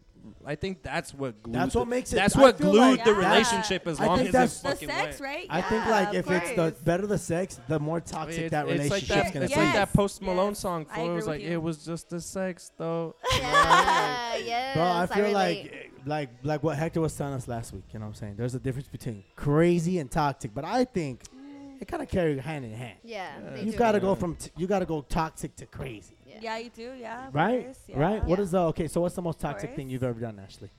I think that's what glued.
That's
the-
what makes it.
That's
I
what
feel
glued
like
the
Yeah.
that's-
relationship as
I
long
think
as
that's-
it
the
fucking
sex,
went.
right?
I think
Yeah,
like
of
if it's the
course.
better the sex, the more toxic
It's-
that
it's like
relationship's
that,
gonna
it's
be.
like that Post
Yes.
Malone song.
I
fool. It
agree
was
with
like
you.
it was just the sex, though.
Ah,
Yeah, yes.
Bro, I feel
relate.
like eh, like like what Hector was telling us last week. You know what I'm saying? There's a difference between crazy and toxic, but I think
Mm.
it kind of carry hand in hand.
Yeah.
Yeah.
they
You
do.
gotta go
Yeah.
from t- you gotta go toxic to crazy,
yeah, you do, yeah. of
right?
course, yeah.
Right? What
Yeah.
is the okay? So what's the most toxic
course.
thing you've ever done, Ashley?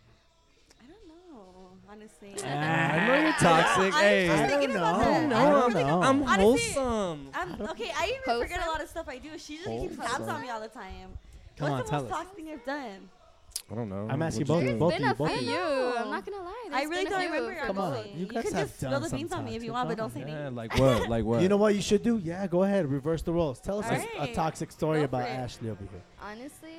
I don't know, honestly.
Ah. I know you're toxic.
I-
hey,
I
I don't
thinking
know.
about
I
that.
don't
I
know.
I'm
Honestly-
wholesome.
I'm, okay, I even forget a lot of stuff I do. She just keeps tabs on me all the time.
Come on,
What's
tell
the most
us.
toxic thing I've done?
I don't know.
I'm asking
What you
both-
doing?
both-
Been
of you,
a
both of
few.
you.
I'm not gonna lie.
I
There's
really
been a
don't
few.
remember.
Come on,
honestly.
you
you
guys
can
have
just spill
done
the
some
beans on me if you
toxic
want, but don't
stuff.
say
Yeah,
names.
like what? Like what?
You know what you should do? Yeah, go ahead. Reverse the roles. Tell us a, a
Alright.
toxic story
Go
about
for it.
Ashley over here.
Honestly,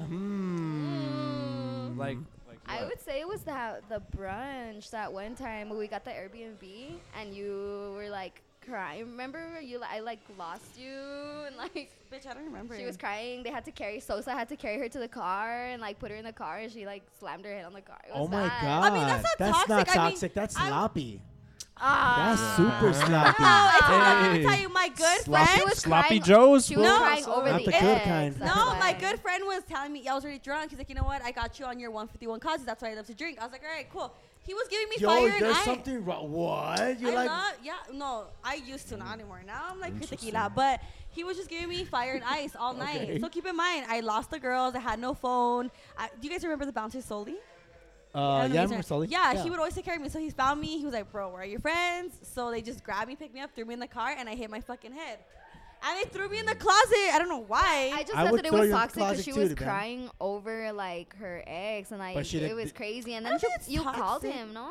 hmm.
Hmm.
Like, like
I
what?
would say it was that the brunch that one time when we got the Airbnb and you were like crying. Remember you? li- I like lost you and like
Bitch, I don't remember.
she was crying. They had to carry Sosa had to carry her to the car and like put her in the car and she like slammed her head on the car. It
Oh
was
my
that.
god.
I mean, that's not toxic.
not
I mean,
toxic. that's
I'm-
sloppy.
Ah.
That's super sloppy.
No, it's not. Let
Hey.
me tell you, my good
Sloppy
friend.
was
Sloppy
crying-
Joe's.
She was
No.
crying over
Not
the,
the good
eggs,
kind.
that's
No, my
why.
good friend was telling me I was already drunk. He's like, you know what? I got you on your 151 causes. That's why I love to drink. I was like, all right, cool. He was giving me fire
Yo,
and
there's
I.
something wrong. What?
I
You're like,
love, yeah, no, I used to not anymore. Now I'm like
Interesting.
tequila, but he was just giving me fire and ice all
Okay.
night. So keep in mind, I lost the girls. I had no phone. I, do you guys remember the bouncer Soli?
uh,
don't know
yeah,
if you
I'm
guys
sorry.
remember- yeah, he would always take care of me. So he found me. He was like, "Bro, where are your friends?" So they just grabbed me, picked me up, threw me in the car, and I hit my fucking head. And they threw me in the closet. I don't know why.
I just
I
thought
would
that it
throw
was
you in the
toxic because
closet
she
too,
was
to be honest.
crying over like her ex and like
she
it
didn't-
was crazy. And
I
then
don't think
you, you
it's
called
toxic.
him, no?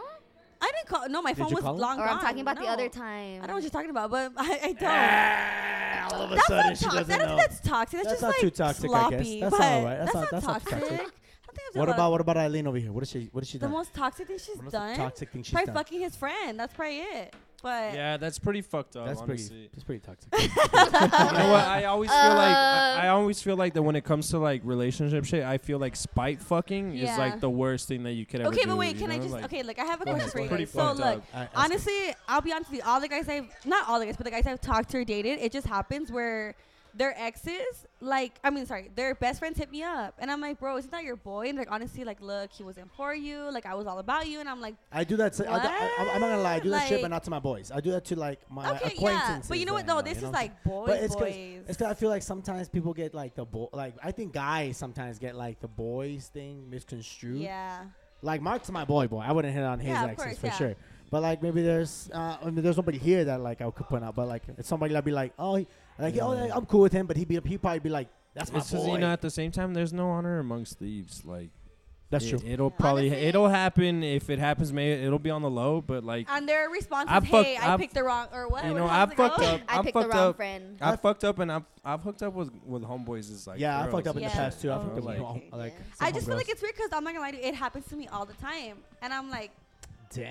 I didn't call. No, my phone
you
was
call him?
long
Or
gone.
I'm talking about the
No.
other time.
I don't know what you're talking about, but I, I don't.
Eh, All of a
that's
sudden,
not
she
toxic.
doesn't
I don't
know.
think that's toxic.
That's
That's, just
not
like
too toxic, I guess.
sloppy,
That's
but
all right. That's not-
not
that's not toxic.
toxic. I don't think I've done
What
a lot
about what about Eileen over here? What is she? What is she
the
done?
most toxic thing she's
What is the
done?
toxic thing she's
probably
done?
fucking his friend. That's probably it. But
Yeah, that's pretty fucked up.
that's
honestly.
pretty. That's pretty toxic.
you know what? I always feel like I,
Um.
I always feel like that when it comes to like relationship shit, I feel like spite fucking is
Yeah.
like the worst thing that you could ever.
Okay, but
do,
wait,
you
can I
know?
just
Like,
okay? Look, I have a
Go
question
ahead,
for you.
go ahead.
guys. So
Pretty fucked
look,
up. Alright, let's go.
honestly, I'll be honest with you. All the guys I've not all the guys, but the guys I've talked to or dated, it just happens where their exes, like, I mean, sorry, their best friends hit me up, and I'm like, bro, isn't that your boy? And like, honestly, like, look, he wasn't for you. Like, I was all about you, and I'm like,
I do that. To, I, I, I'm not gonna lie. I do that shit, but
Like-
not to my boys. I do that to like my
okay, yeah,
Uh, acquaintances.
but you know what?
that I
No, this
you
is
know?
like boys,
But it's because
boys.
it's 'cause I feel like sometimes people get like the boy. Like I think guys sometimes get like the boys thing misconstrued.
yeah,
Like Mark's my boy, boy. I wouldn't hit on his
Yeah, of
exes
course,
for
yeah.
sure. But like maybe there's, uh, I mean, there's nobody here that like I could point out. But like it's somebody that'd be like, oh, he, like oh, yeah, I'm cool with him, but he'd be he probably be like, that's my
it's just
boy.
you know at the same time there's no honor amongst thieves. Like
that's true.
it, It'll probably
Honestly-
it'll happen if it happens. Maybe it'll be on the low, but like
and their response
I
is,
fuck-
hey,
I
I
f-
picked the wrong or what?
you
What
know
the
I
hell's it
fucked up.
called?
I
I
picked the
fucked
wrong
up.
friend.
I fucked up and I've I've hooked up with with homeboys is like
yeah, I
girls
fucked up in the
and
Yeah.
past too. I
Oh,
fucked up with
like-
home- like.
Yeah.
some
I just feel
homegirls.
like it's weird because I'm not gonna lie to you, it happens to me all the time, and I'm like,
damn.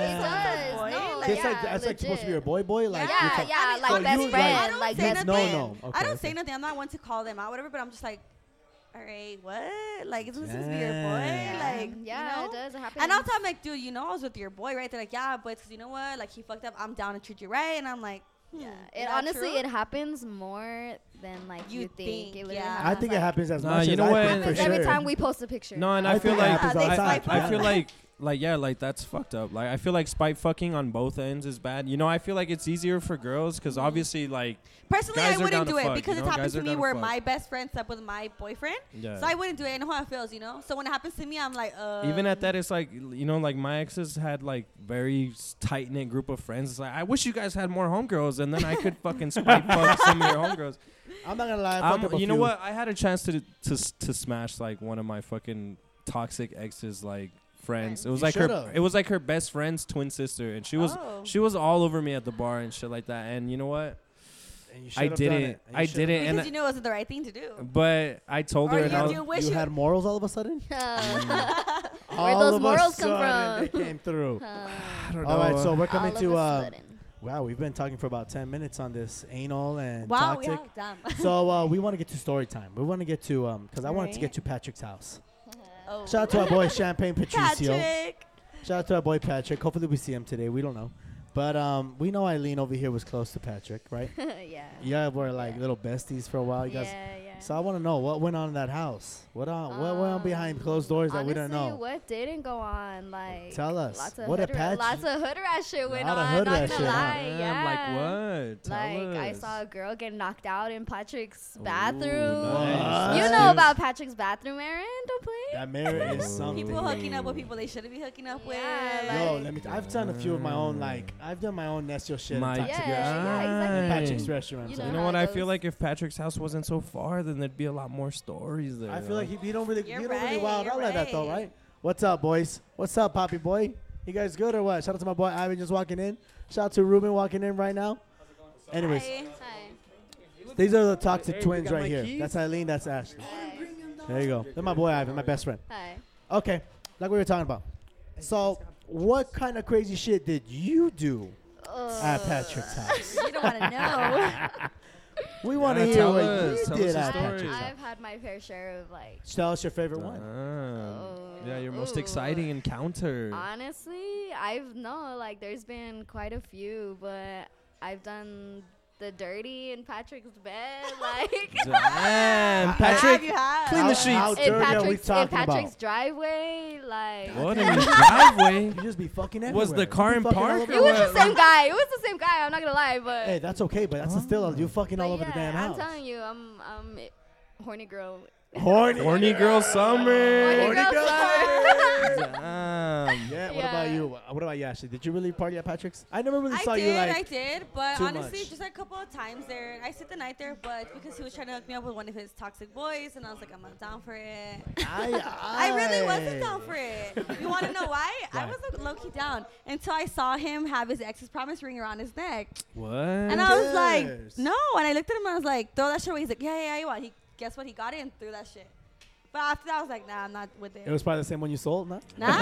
It does.
boy.
No,
Like,
That's
yeah,
like that's like supposed to be your
legit.
boy, boy. Like
yeah,
you're talk-
yeah,
I mean,
like
so
best
you,
friend,
like,
I don't
like
say
best
nothing.
no,
friend.
no. Okay,
I don't
okay.
say nothing. I'm not one to call them out, whatever. But I'm just like, all right, what? Like, isn't this supposed to be your boy?
Damn.
Like,
yeah,
you
it
know.
does happen.
And I'll tell them like, dude, you know I was with your boy, right? They're like, yeah, but it's 'cause you know what? Like, he fucked up. I'm down to treat you right, and I'm like, hmm,
Yeah,
is
it
that
honestly
true?
it happens more than like you,
You
think.
think,
It literally
yeah.
I think it
like-
happens as
Nah,
much
you
as
know
I
what?
think for
happens
sure.
every time we post a picture.
No, and
I
I, feel
think it
like
happens
I,
outside,
I
yeah.
feel like like yeah, like that's fucked up. Like I feel like spite fucking on both ends is bad. You know, I feel like it's easier for girls because obviously, like
Personally,
Guys
I
are down
wouldn't
to
do it
fuck,
because
you
it's
know?
happened
Guys
to
are
me
down to
where
fuck.
my best friend slept with my boyfriend.
yeah.
So I wouldn't do it. I know how it feels, you know. So when it happens to me, I'm like, uh.
even at that,
Um,
it's like you know, like my exes had like very tight knit group of friends. It's like I wish you guys had more homegirls, and then I could fucking spite fuck some of your homegirls.
I'm not gonna lie. I
Um,
fucked up a
you know
few.
what? I had a chance to to s- to smash like one of my fucking toxic exes like friends. It was
You
like her.
should've.
It was like her best friend's twin sister, and she was
Oh.
she was all over me at the bar and shit like that. And you know what?
And you
I
should've
did
done
it.
And you
I
should've-
did it,
because
and
you knew it wasn't the right thing to do.
but I told her,
Or
and
you
I
do
was,
you wish
You
you.
had morals all of a sudden.
Where'd
all
those
of
morals
a
come
sudden
from?
They came through.
I don't know.
All right,
uh,
so we're coming
All of
to
a
uh,
sudden.
wow. We've been talking for about ten minutes on this anal and
Wow,
toxic.
yeah, damn.
So uh, we want to get to story time. We want to get to um because I wanted to get
Alright.
to Patrick's house.
Oh.
Shout out to our boy Champagne Patricio.
Patrick.
Shout out to our boy Patrick. Hopefully we see him today. We don't know, but um we know Eileen over here was close to Patrick, right?
yeah.
You guys were like little besties for a while. You guys.
yeah, yeah.
So I want to know what went on in that house. What on what went on behind closed doors that we don't
Um, Honestly,
know.
What didn't go on? Like
Tell us.
Lots of
What a
hood ra-
patch-
Lots of hood rat shit went
Lot of
on.
hood
not
rat
gonna
shit, huh?
lie.
Damn,
Yeah.
Like what? Tell
Like, I
us.
saw a girl get knocked out in Patrick's
Ooh,
bathroom.
nice.
What?
You
That's
know
huge.
about Patrick's bathroom, Aaron? Don't play.
That mirror is
Ooh.
something.
People hooking up with people they shouldn't be hooking up
Yeah,
with.
Yo,
like-
let me. I've done a few of my own. Like I've done my own Nestio shit.
My
My
God.
Yeah, yeah,
Hey.
Patrick's
exactly.
restaurant.
You
so-
You
know
know
how
what?
it
I feel
goes.
like if Patrick's house wasn't so far, then there'd be a lot more stories there.
I feel like he, he don't really he
You're
don't really
right,
wild
you're
out like that though,
right.
right? What's up, boys? What's up, Poppy boy? You guys good or what? Shout out to my boy Ivan just walking in. Shout out to Ruben walking in right now. Anyways,
Hi.
these are the toxic
Hey, you
twins
got
right
my
here.
keys?
That's Eileen. That's Ashley.
Hi.
There you go. That's my boy Ivan, my best friend.
Hi.
Okay, like we were talking about. So, what kind of crazy shit did you do at Patrick's house?
You don't want to know.
We want to
Yeah,
hear
tell
what
us,
you
tell us
did
the
at
story.
Patrick's house.
I've had my fair share of like.
Tell us your favorite one.
Uh, Damn. yeah, your most
Oh, Ooh.
exciting encounter.
Honestly, I've no like. There's been quite a few, but I've done the dirty in Patrick's bed, like.
Damn,
Have
Patrick.
you have?
clean the sheets.
How
In
dirty are we
Patrick's, in
talking
Patrick's
about?
driveway, like
What in his driveway?
You just be fucking everywhere.
Was the car
You
in
fucking all
park
over
or
it was
what?
the same guy. It was the same guy. I'm not gonna lie, but,
Hey, that's okay, but that's still you fucking
but
all over
yeah,
the damn house.
I'm telling you, I'm I'm a horny girl.
Horny.
Horny girl
Horny,
summer.
girl,
girl
summer.
Damn.
Yeah. What about
Yeah.
you? Wha- What about you, Ashley? Did you really party at Patrick's? I never really
I
saw
did,
you
I
like.
did, but
too
honestly,
much.
just a couple of times there. And I spent the night there, but because he was trying to hook me up with one of his toxic boys, and I was like, I'm not down for it.
I,
I really
I-
wasn't down for it. You want to know why?
Why?
I was low key down until I saw him have his ex's promise ring around his neck,
What?
and I was like,
cares?
no. And I looked at him, and I was like, throw that shit away. He's like, yeah, yeah, yeah. You want? He guess what? He got it and threw that shit. But after that, I was like, nah, I'm not with it.
It was probably the same one you sold, nah?
nah,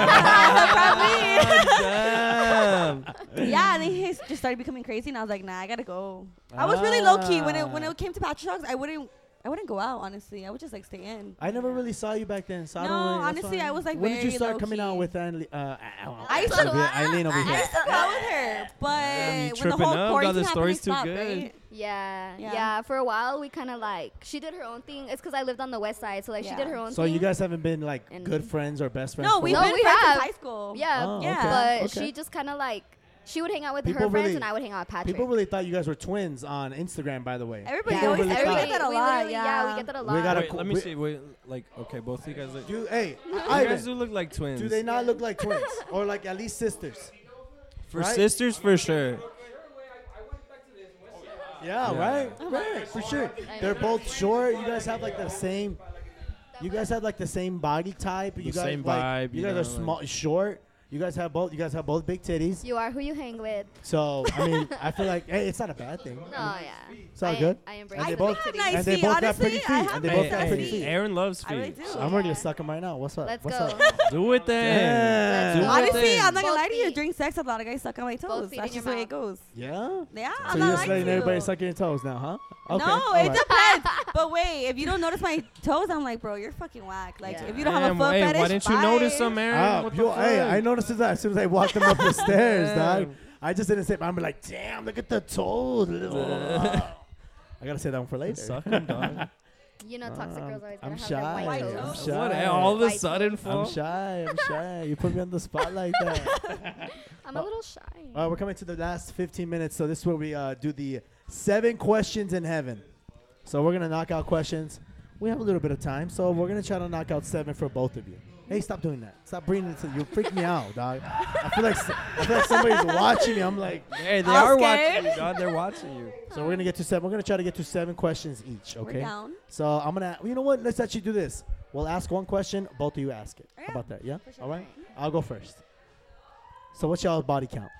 probably.
Damn.
yeah, and then he s- just started becoming crazy, and I was like, nah, I gotta go. I was really low key when it when
Ah.
it came to Patrick Dogs. I wouldn't I wouldn't go out honestly. I would just like stay in.
I never really saw you back then, so I
No,
don't really. that's
honestly,
why-
I was, like,
When did you
very
start coming out
low-key.
with Anle- uh, I, I don't know.
I used to-
Over here, Eileen over
I
here.
used to go out with her, but
Damn, you
when the
tripping
whole
up?
quarantine
God, this
happened,
story's
I
too
stopped,
good.
right?
Yeah,
Yeah.
yeah, For a while, we kind of like she did her own thing. It's because I lived on the west side, so like she
Yeah.
did her own
So
thing.
you guys haven't been like
And-
good friends or best friends?
No,
for
we've
a
No,
been
while?
we
friends
have.
since high school.
yeah,
Oh,
Yeah. okay,
But
okay.
she just kind of like she would hang out with
People
her friends,
really-
and I would hang out with Patrick.
People really thought you guys were twins on Instagram, by the way.
Everybody
People
always
really
everybody
thought-
get that a
we
lot.
literally-
Yeah,
we get that a
We
lot.
gotta-
Wait, let me
we-
see. Wait, like, okay, both of you guys look. You
Dude, hey,
guys do
Ivan,
look like twins.
do they not look like twins or like at least sisters?
For
right?
sisters, for sure.
Yeah,
Yeah.
right,
Oh
right, for sure. They're both short. You guys have like the same. You guys have like the same body type. You
The
guys
same
like,
vibe,
You
you
guys
know,
are small, short. You guys have both. You guys have both big titties.
You are who you hang with.
So I mean, I feel like hey, it's not a bad thing.
No, yeah.
It's all
I,
good.
I embrace
And they
it.
both,
have nice
and they
feet.
both got pretty feet.
Honestly, I have
And they
nice
both got
feet.
pretty feet.
Aaron loves feet.
I really do.
So I'm ready to suck him right now. What's up?
Let's
What's
go.
up?
Do it then.
Yeah.
Do it
Honestly,
then.
I'm not gonna lie to you.
feet.
During sex, a lot of guys suck on my toes.
feet in
That's
your
just the way
mouth.
it goes.
Yeah.
Yeah,
So
I'm
you're
not
just
lying
letting
to you.
everybody suck your toes now, huh? Okay.
No,
all
it
right.
depends. but wait, if you don't notice my toes, I'm like, bro, you're fucking whack. Like,
Yeah.
if you don't have a
Damn,
foot
hey,
fetish,
why didn't you
bye.
notice them, Aaron?
Ah,
What the
yo, hey,
fuck?
I noticed that as soon as I walked them up the stairs, dog.
Damn.
I just didn't say, I'm like, damn, look at the toes. I gotta say that one for later.
Suck 'em, dog.
You know, toxic
Um,
girls always
I'm
gotta have their
shy.
white
I'm
toes.
shy.
What?
Shy.
eh, All of a
White
sudden,
I'm
fool?
shy. I'm shy. You put me on the spot like that.
I'm a little shy.
Oh,
All right, Uh, we're coming to the last 15 minutes, so this is where we uh, do the seven questions in heaven. So we're gonna knock out questions. We have a little bit of time, so we're gonna try to knock out seven for both of you. Hey, stop doing that. Stop bringing it to you. Freak me out, dog. I feel like s- I feel like somebody's watching me. I'm like,
Hey, they
I'm
are
scared.
watching you, God. They're watching you.
so we're gonna get to seven. We're gonna try to get to seven questions each.
We're
Okay.
down.
So I'm gonna. You know what? Let's actually do this. We'll ask one question. Both of you ask it. How
Yeah,
about that? Yeah.
for sure.
All right. I'll go first. So what's y'all body count?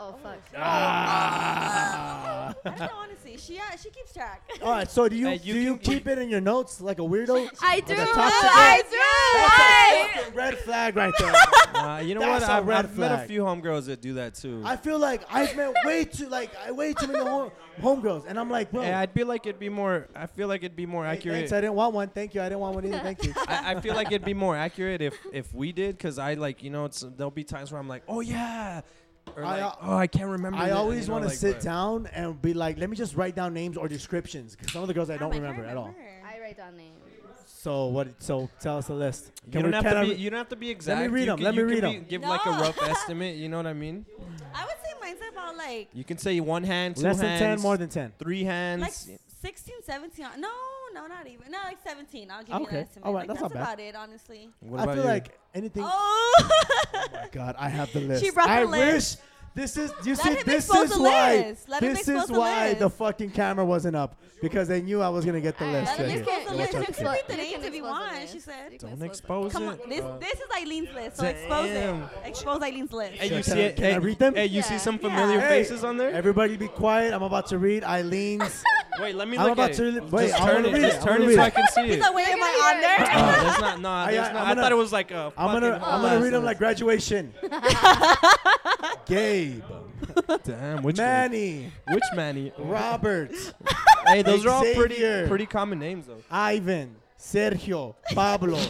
Oh fuck.
I don't know, honestly. She, uh, she keeps track.
All right, so do you,
Hey, you
do you
can-
keep it in your notes like a weirdo?
I do.
Like a toxic
I
girl?
do.
That's
I
a fucking red flag right there.
Uh, you know
That's
what?
a
I've,
red
I've met a
flag.
few homegirls that do that too.
I feel like I've met way too like I way too many home, homegirls, and I'm like, bro,
Yeah, I'd be like it'd be more. I feel like it'd be more
hey,
accurate.
thanks, I didn't want one. Thank you, I didn't want one either. Thank you.
I, I feel like it'd be more accurate if if we did, cause I like you know it's there'll be times where I'm like, oh yeah, or
I
like,
al-
oh I can't remember.
I
that,"
always
you know,
want to
like,
sit
but-
down and be like, let me just write down names or descriptions, because some of the girls Oh I don't remember, at all.
write down names.
So what? So tell us a list.
You
Can
don't
we-
have
can
to
I
be.
re-
You don't have to be exact.
read
you
'em,
can-
let
you
me
can
read
be-
'em.
Give like a
No.
rough estimate. You know what I mean?
I would say mine's about like
You can say one hand, two
less than
hands,
ten, more than ten.
three hands.
like s- 16, 17. uh, No, no, not even. No, like 17. I'll give you
Okay.
an estimate.
All right,
Like,
that's
that's
not bad.
about it, honestly.
What
I
about
feel
you?
like anything.
Oh.
God, I have the list.
brought the
I
list.
wish this is you
Let
see
him
this
expose
is
the
why
list. Let him
this
expose
is
the
why the
list.
fucking camera wasn't up because they knew I was gonna get the
Alright,
list.
Let
Yeah,
him
Right
yeah.
here.
expose the
Yeah,
list. You
check
can
it out.
read the
You
names
can
if you
expose the
want, she
list. You
said.
can
Don't expose
Come on.
it.
This,
Uh,
this is Eileen's list, so expose
Damn.
it. Expose Eileen's list.
Hey, you
Can
see
I-
it?
can I
hey,
read them?
Hey, you
Yeah.
see some
Yeah.
familiar
Hey.
faces on there?
Everybody be quiet. I'm about to read Eileen's.
Wait, let me
I'm
look
about
at
to
it.
li- wait,
just
I'm
turn
gonna
it.
read it.
Just
I'm
turn
gonna
it so
read
I
it.
can see
He's
it.
like, wait, am I on there?
Oh, there's not. Nah,
I-
there's
I'm
not. I
gonna-
thought it was like a.
I'm gonna I'm gonna read them like graduation. Gabe,
Damn, which
Manny,
Which Manny?
Robert,
Hey, those are all pretty
Xavier.
pretty common names though.
Ivan, Sergio, Pablo.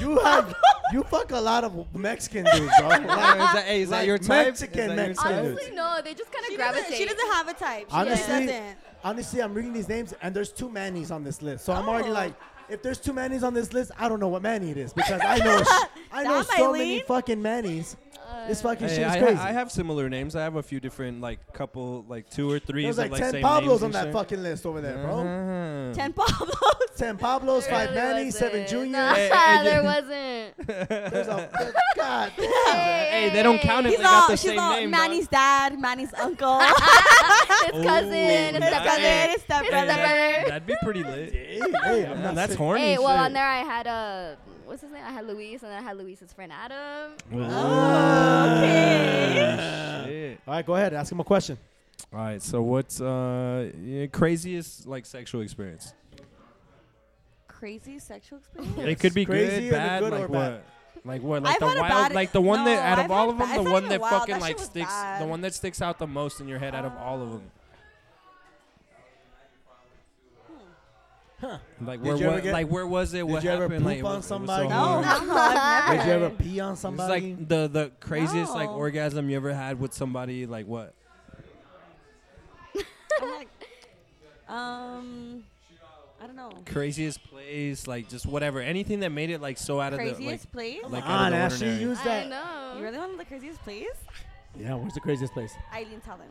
You have you fuck a lot of Mexican dudes, bro.
Is
Like,
that, hey, is
Like
that your type?
Mexican,
is that your
Mexican
type?
dude.
Honestly, no. They just kind
She
of
doesn't,
gravitate.
she doesn't have a type. She
Honestly,
just doesn't.
honestly, I'm reading these names and there's two Manny's on this list. So I'm already
Oh.
like, if there's two Manny's on this list, I don't know what Manny it is because I know sh- I know
Stop,
so many
Eileen.
fucking Manny's. this fucking
Hey,
shit is
I,
crazy.
I have similar names. I have a few different, like couple, like two or three.
there's like,
like
ten
same
Pablos
names
on
and
that
shit.
fucking list over there, bro.
Ah.
Ten Pablos.
Ten Pablos, five
There really
Manny's, seven
wasn't.
Juniors.
Hey,
Nah, there wasn't.
There's a there's- God.
Hey, they don't count it.
He's
They got
all,
the
she's
same
all
name. dog.
Manny's dad, Manny's uncle,
His cousin, his
Ooh, hey,
stepbrother,
stepbrother.
his stepbrother.
That'd,
brother.
that'd be pretty lit.
Hey, hey, I'm
Yeah,
not
that's
sick.
horny.
Hey, well,
shit.
on there I had uh, what's his name? I had Luis, and then I had Luis's friend Adam.
Ooh, shit.
All right, go ahead. Ask him a question.
All right. So what's uh yeah, craziest like sexual experience?
Crazy sexual experience.
It could be
Crazy and a
good, bad,
good
like
or
what?
bad.
Like what? Like
I've
the
had a
wild,
bad-
like the one
no,
that out
I've
of all
had
of them,
bad-
the
it's not
one
even
that
wild,
fucking
that
like
shit was
sticks, the
bad.
one that sticks out the most in your head out of all of them. Like
Did
where,
you ever
wa-
get-
like where was it?
did
What
you ever
happened?
poop
like,
on
it was- it was so
somebody?
No,
hard.
Wow.
hell no, I've never.
Did you ever pee on
It's
somebody?
like the the craziest like
No.
orgasm you ever had with somebody. Like what?
I'm like, um, I don't know.
Craziest place, like just whatever, anything that made it like so out of the like,
Craziest place?
like out
on,
of the
Ashley,
ordinary.
use
I
that.
know.
You really want the craziest place?
Yeah, where's the craziest place?
Eileen, tell them.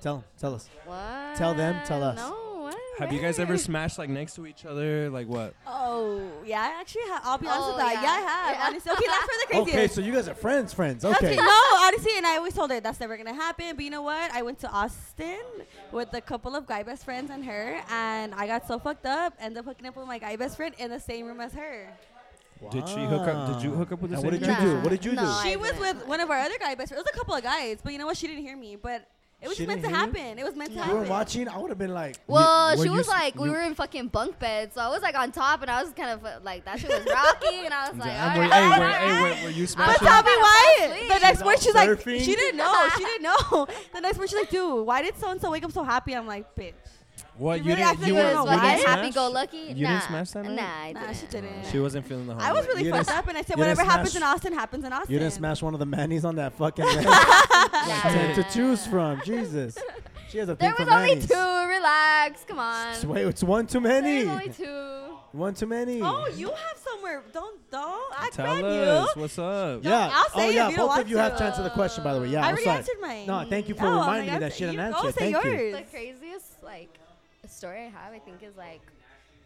Tell him. Tell us.
What?
Tell them, tell us.
No. What?
Have you guys ever
Where?
smashed like next to each other? Like what?
Oh, yeah, I actually, ha- I'll be honest
Oh,
with that. Yeah,
yeah.
I have.
Yeah.
Honestly, okay, that's where the craziest.
Okay, so you guys are friends, friends. Okay.
That's no, honestly, and I always told her that's never gonna happen. But you know what? I went to Austin with a couple of guy best friends and her, and I got so fucked up, ended up hooking up with my guy best friend in the same room as her.
Did she hook up? Did you hook up with the
And what
same
did you
guy?
do? What did you
No,
do?
I
she was
didn't.
with one of our other guy best friends. It was a couple of guys, but you know what? She didn't hear me, but it was
She
just meant to
didn't hear you?
happen. It was meant to
If you were
happen.
watching, I would have been like,
Well,
were
she
you
was
s-
like, we
you-
were in fucking bunk beds, so I was like on top, and I was kind of uh, like that shit was rocky, and I was like,
Damn,
all
were,
right,
hey,
all
were,
right,
hey,
all
were,
right.
were you
But
smashing?
tell me why.
Asleep.
The next
She's
word,
out
she's like,
surfing?
she didn't know. She didn't know. The next word, she's like, dude, why did so and so wake up so happy? I'm like, bitch.
What
You
you
really
didn't?
acted
You
like
were
you
you
were
didn't
fucking
smash?
happy go lucky.
You
nah.
didn't smash that night.
Nah, I
Nah,
didn't.
she didn't.
She wasn't feeling the
I was really
You
fucked
didn't-
up, and I said,
you didn't
whatever happens
smash-
in Austin happens in Austin.
you didn't smash one of the Manny's on that fucking list
Nah.
to, to choose from. Jesus. She has a
There
thing for
was only
Manny's.
two. Relax. Come on.
It's, wait, it's one too
There
many.
was only two.
One too many.
Oh, you have somewhere. Don't don't. I
Tell
read
us
you.
what's up.
Don't-
yeah.
I'll say
oh
it
yeah.
if you don't
Both
want
of you have
to.
to answer the question, by the way. Yeah.
I
I'm
already
sorry.
answered mine.
No, thank you for
Oh, my
reminding me
God,
that shit
you
and
go
answer.
say
Thank you.
yours.
The craziest like story I have, I think, is like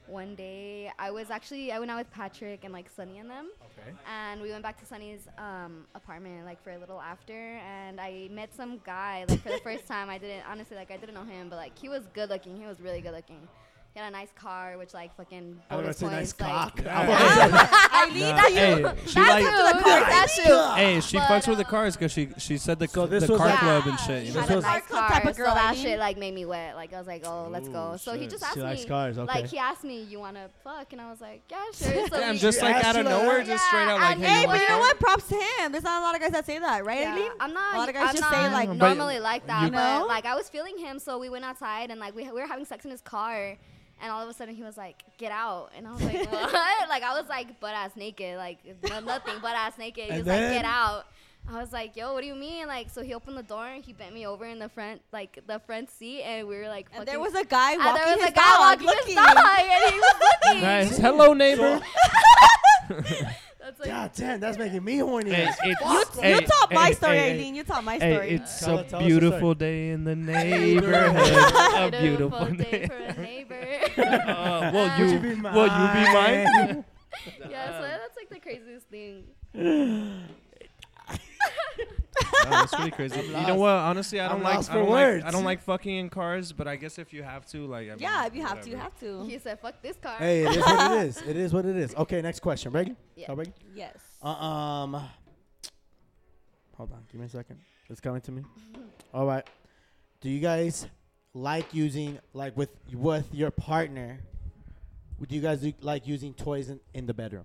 one day I was actually I went out with Patrick and like Sunny and them,
Okay.
and we went back to Sunny's um, apartment like for a little after, and I met some guy like for the first time. I didn't honestly like I didn't know him, but like he was good looking. He was really good looking. He had a nice car, which like fucking
I was gonna
bonus
say nice cock.
points. like,
I
Yeah.
was-
I need
Nah,
that.
hey, she like,
That's who, that's who.
hey, she
But,
fucks with the
um,
cars because she she said the
So
so
this
the
was
car
like-
club and shit. You
He
know?
This
had a
was-
nice
Car club
car,
type of girl,
so that
I mean.
shit like made me wet. Like I was like, oh, let's go.
Ooh,
So he
shit.
just
She
asked
likes
me,
cars, okay.
like he asked me, you wanna fuck? And I was like, yeah, sure. So
Damn,
we-
just
She
like
asked
out
you
of
like
nowhere,
that?
just straight out
Yeah,
like,
and
hey,
Hey,
you
but
want
you know
that?
what? Props to him. There's not a lot of guys that say that, right,
Yeah,
Aileen?
I'm not.
A lot of guys
I'm
just
not
say like,
But-
normally like that,
You know?
but like I was feeling him, so we went outside and like we, we were having sex in his car, and all of a sudden he was like, "Get out!" and I was like, "What?" like I was like butt ass naked, like no, nothing butt ass naked. He
And
was
then-
like, "Get out." I was like, "Yo, what do you mean?" Like, so he opened the door and he bent me over in the front, like the front seat, and we were like,
And
fucking-
there was a guy
and
walking
there was
his
a guy
dog,
walking
looking.
his dog, and he was looking.
Guys, hello neighbor.
That's like,
God damn, that's making me horny.
Hey,
as
it's-
You,
fuck.
you
Hey,
taught my
hey,
story,
hey,
Aileen. You taught my
Hey,
story.
it's
Tell
a
us- tell us your
beautiful day in the neighborhood. a beautiful
day
day.
for a neighbor.
Uh, will
Would
you,
you be
will you be mine?
yeah, so that's like the craziest thing.
Oh, that's pretty crazy. You know
lost.
what? Honestly, I don't
I'm
like
lost
I
for
don't
words.
like I don't like fucking in cars, but I guess if you have to, like I
yeah,
mean,
if you have to, you
whatever.
have to.
He said, "Fuck this car."
Hey, it is what it is. It is what it is. Okay, next question. Ready?
Yeah.
Y'all ready?
Yes.
Uh, um, hold on. Give me a second. It's coming to me. All right. Do you guys like using like with with your partner? Would you guys do, like using toys in, in the bedroom?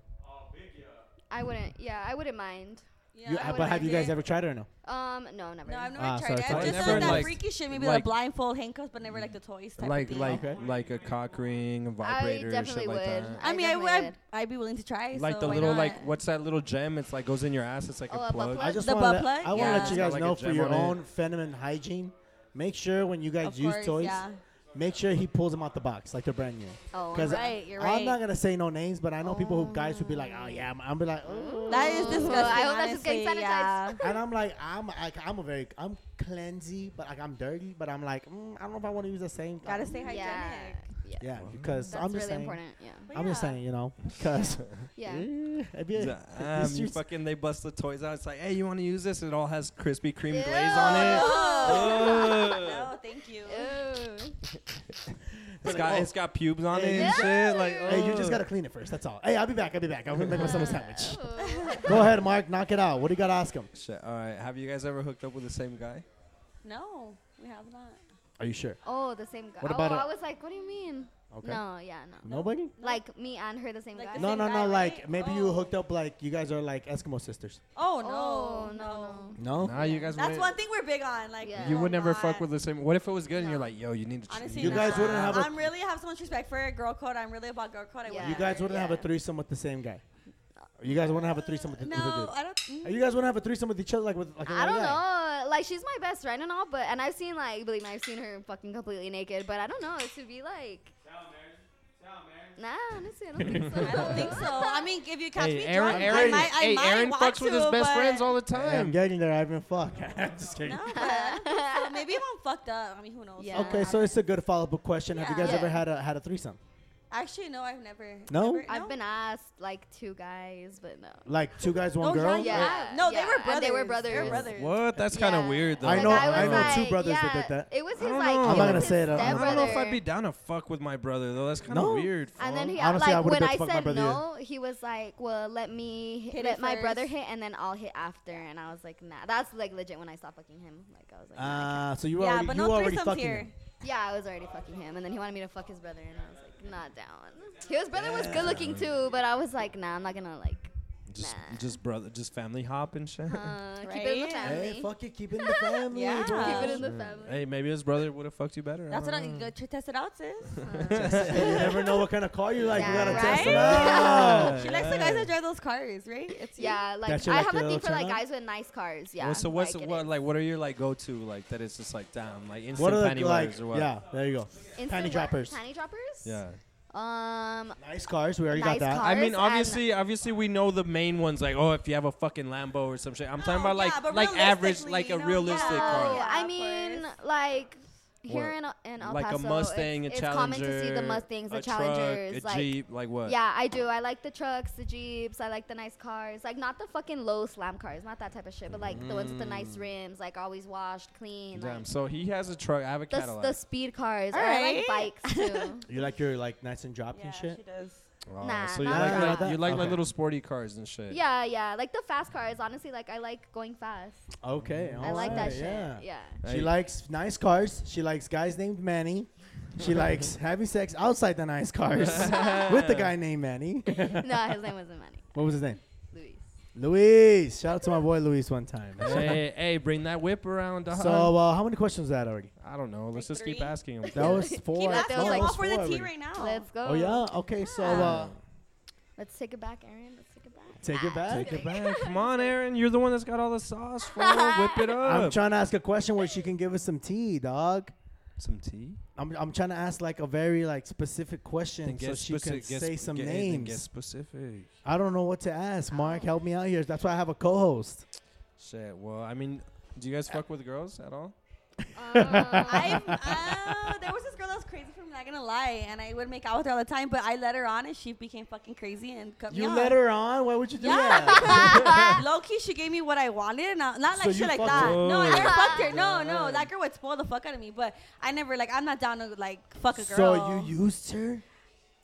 I wouldn't. Yeah, I wouldn't mind.
Yeah,
You-
I
uh,
would
but have
like
you guys
it.
ever tried it or no?
Um, no, never.
No, I've never
Ah,
tried
sorry,
it. I've
sorry.
just
Never
done that
liked-
freaky shit, maybe
like-
the blindfold handcuffs, but never like the toys type of
Like
thing.
like
Okay.
like a cock ring, a
I
vibrator,
definitely
shit
would.
like that.
I
I
mean, I would.
definitely
I'd,
would.
I'd be willing to try.
like
so
the
why
little
not?
like what's that little gem? It's like goes in your ass. It's like
Oh,
a
a butt
plug.
plug?
I just
The
want to
butt
let,
plug?
I want to
Yeah.
let you
Got
guys
like a
know for
gem
your
on it.
own feminine hygiene. Make sure when you guys
Of
use
course,
toys,
Yeah.
make sure he pulls them out the box like they're brand new.
Oh,
Because
You're right. You're
I'm
right.
not gonna say no names, but I know people who guys who be like, "Oh yeah," I'm, I'm be like, "Oh,"
that is
Ooh,
disgusting.
I hope that's just
honestly,
getting sanitized.
Yeah.
and I'm like, "I'm like, I'm a very I'm cleansy, but like I'm dirty, but I'm like, mm, I don't know if I want to use the same."
Gotta stay hygienic.
yeah, yeah.
Yeah, because
That's
I'm just
really
saying.
important. Yeah,
But
I'm just
yeah.
saying, you know, because
yeah.
Um, you fucking they bust the toys out. It's like, hey, you want to use this? It all has Krispy Kreme glaze on it.
Oh. no, thank you.
Ew.
It's got it's got pubes on it
Hey,
and
you-
shit. Like, oh.
Oh. Hey, you just gotta clean it first. That's all. Hey, I'll be back. I'll be back. I'm gonna make myself a sandwich.
Ew.
Go ahead, Mark. Knock it out. What do you gotta ask him?
Shit. All right. Have you guys ever hooked up with the same guy?
No, we have not.
Are you sure?
oh, the same guy.
What about
oh,
a-
I was like, what do you mean?
Okay.
No, yeah, no.
Nobody.
Like me and her, the same
Like
guy.
the
No,
same
no,
guy,
no.
right?
Like maybe you
Oh.
hooked up like you guys are like Eskimo sisters.
Oh
Oh,
no,
No.
no,
Nah, you guys.
That's
wouldn't-
one thing we're big on. Like
Yeah.
You
will
would never
not-
fuck with the same. What if it was good and you're
No.
like, yo, you need to. tr-
Honestly,
you
You
no.
need to
guys
try
wouldn't
it."
have a-
I'm really have so much respect for a girl code. I'm really about girl code. I
Yeah.
would
You guys wouldn't have a
Yeah.
threesome with the same guy. You guys wouldn't have a threesome with, the, with a
No,
dude.
I don't. mm.
You guys want to have a threesome with each other, like with like.
I don't
another guy?
know. Like she's my best friend and all, but and I've seen like believe me, I've seen her fucking completely naked. But I don't know. It should be like. Nah, honestly, I don't think so.
I don't think so. I mean, if you catch
Hey,
me
Aaron,
drunk,
Aaron,
I might, I
hey,
might
Aaron
want
fucks
to,
with his best
but
friends all the
Hey, I'm
time.
getting there. I haven't fuck. I'm just kidding.
No, but I don't think so. maybe if I'm fucked up. I mean, who knows?
Yeah.
Okay, so it's a good follow-up question. Have you guys
Yeah.
ever had a had a threesome?
Actually, no, I've never.
No?
never-
I've been asked like two guys, but no.
Like two guys, one
Oh,
girl.
Yeah.
Yeah,
No,
yeah,
they were
and
brothers.
they were
They were
brothers.
brothers.
What? That's kind of
Yeah.
weird though.
I
The
know-
guy was
I know two
like-
brothers that
yeah,
did that.
It was his
don't
like.
know.
it
I'm not
was
gonna
his
say it. I'm
I
not-
don't know if I'd
stepbrother.
be down to fuck with my brother though. That's kind of
No.
weird.
And then
fool.
he
Honestly, I
like
would've
when
been
I
fucked
said
my brother.
no, he was like, "Well, let me hit
Hit
let
it
my brother
first.
hit, and then I'll hit after." And I was like, "Nah, that's like legit." When I stopped fucking him, like I was like, nah, I can't.
Ah, so you were
Yeah,
already
but
you
no
were already
threesomes
fucking.
here.
him.
"Yeah, I was already fucking him," and then he wanted me to fuck his brother, and I was like, "Not down." His brother was good looking too, but I was like, "Nah, I'm not gonna like
just,
Nah.
just brother, just family hop and shit.
uh, keep it in the
Right?
family."
Hey, fuck it, keep it in the family.
Yeah.
bro.
Keep
Keep it in the
Shit.
family.
Hey, maybe his brother would have fucked you better.
That's what I
don't know.
Uh.
go tr- test it out, sis.
you never know what kind of car you like.
Yeah,
you gotta
Right?
test it
Yeah.
out.
she likes the guys that drive those cars, right? It's you.
Yeah, like
shit
I
like
have
your
a
little
thing for like
channel?
guys with nice cars. Yeah.
Well, so what's
like, it
what
is.
like? What are your like go to like that? It's just like damn, like
What
instant
are
panty
the like?
wipes or what?
Yeah, there you go.
Instant
panty
what?
droppers?
Panty droppers.
Yeah.
Um,
Nice cars. We already
Nice
got that.
car.
I mean,
and-
obviously, obviously, we know the main ones. Like, oh, if you have a fucking Lambo or some shit. I'm talking
No,
about like,
yeah, but
like average,
realistically,
like
you
a
know,
realistic
yeah.
car.
no, I
of
mean,
course.
like here
What?
in in El
Like
Paso,
a Mustang,
it's,
a
it's
Challenger,
common to see the Mustangs, the
a truck,
Challengers,
a
like
Jeep, like what?
Yeah, I do. I like the trucks, the jeeps. I like the nice cars. Like not the fucking low slam cars, not that type of shit. But like the ones with the
Mm.
nice rims, like always washed, clean.
Damn.
Like,
So he has a truck. I have a
the, s-
Cadillac.
the speed cars. Or I like
Alright.
bikes too.
You like your like nice and drop
Yeah,
and shit.
she does.
Oh,
Nah,
so you
not
like,
like
like
that.
you like like
Okay.
little sporty cars and shit.
yeah, yeah. Like the fast cars. Honestly, like I like going fast.
Okay.
I like
alright,
that shit.
Yeah.
Yeah.
She
Hey.
likes nice cars. She likes guys named Manny. She likes having sex outside the nice cars with the guy named Manny.
no, his name wasn't Manny.
what was his name?
Luis.
Luis. Shout out to my boy Luis one time.
hey, Uh-huh. hey, bring that whip around, dog.
so uh, how many questions was that already?
I don't know. Let's
Like
just keep
three?
asking him.
That was four.
Keep
I
asking.
feel
I'm
like
all
was
for the
four
tea
already.
right now.
Let's go.
Oh yeah. Okay. So uh,
Let's take it back, Aaron. Let's take it back.
take it back.
Take it back. Come on, Aaron. You're the one that's got all the sauce. Bro. Whip it up.
I'm trying to ask a question where she can give us some tea, dog.
Some tea.
I'm, I'm trying to ask like a very like specific question so she can
speci- get
say
sp-
some
get- then Get
names.
specific.
I don't know what to ask. Mark, help me out here. That's why I have a co-host.
Shit. Well, I mean, do you
Uh,
guys fuck with girls at all?
I've, uh, there was this girl that was crazy for me, not gonna lie, and I would make out with her all the time, but I let her on and she became fucking crazy and cut
You
me
let
off.
her on. Why would you do that?
Yeah. Low key, she gave me what I wanted. Not, not like
So you
shit like
fucked
that.
her.
No, I
Oh.
never fucked her. No, no.
Damn.
That girl would spoil the fuck out of me, but I never, like, I'm not down to, like, fuck a girl.
So you used her?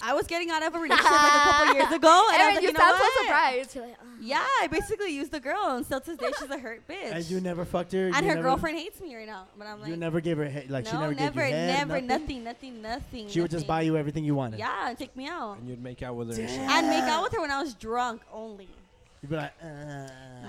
I was getting out of a relationship like a couple years ago, and I
Aaron,
was like,
you,
you, know
sound
what?
so surprised. You're like, "Oh, "Ugh."
Yeah, I basically used the girl, and still to this day, she's a hurt bitch.
And you never fucked her?
And
you
her
never-
girlfriend hates me right now, but I'm like,
You never gave her head. Like,
no,
she never,
never,
gave you head,
never,
nothing?
nothing, nothing, nothing.
She would just buy you everything you wanted.
Yeah, and take me out.
And you'd make out with her. and shit.
and make out with her when I was drunk only.
You'd be like, uh.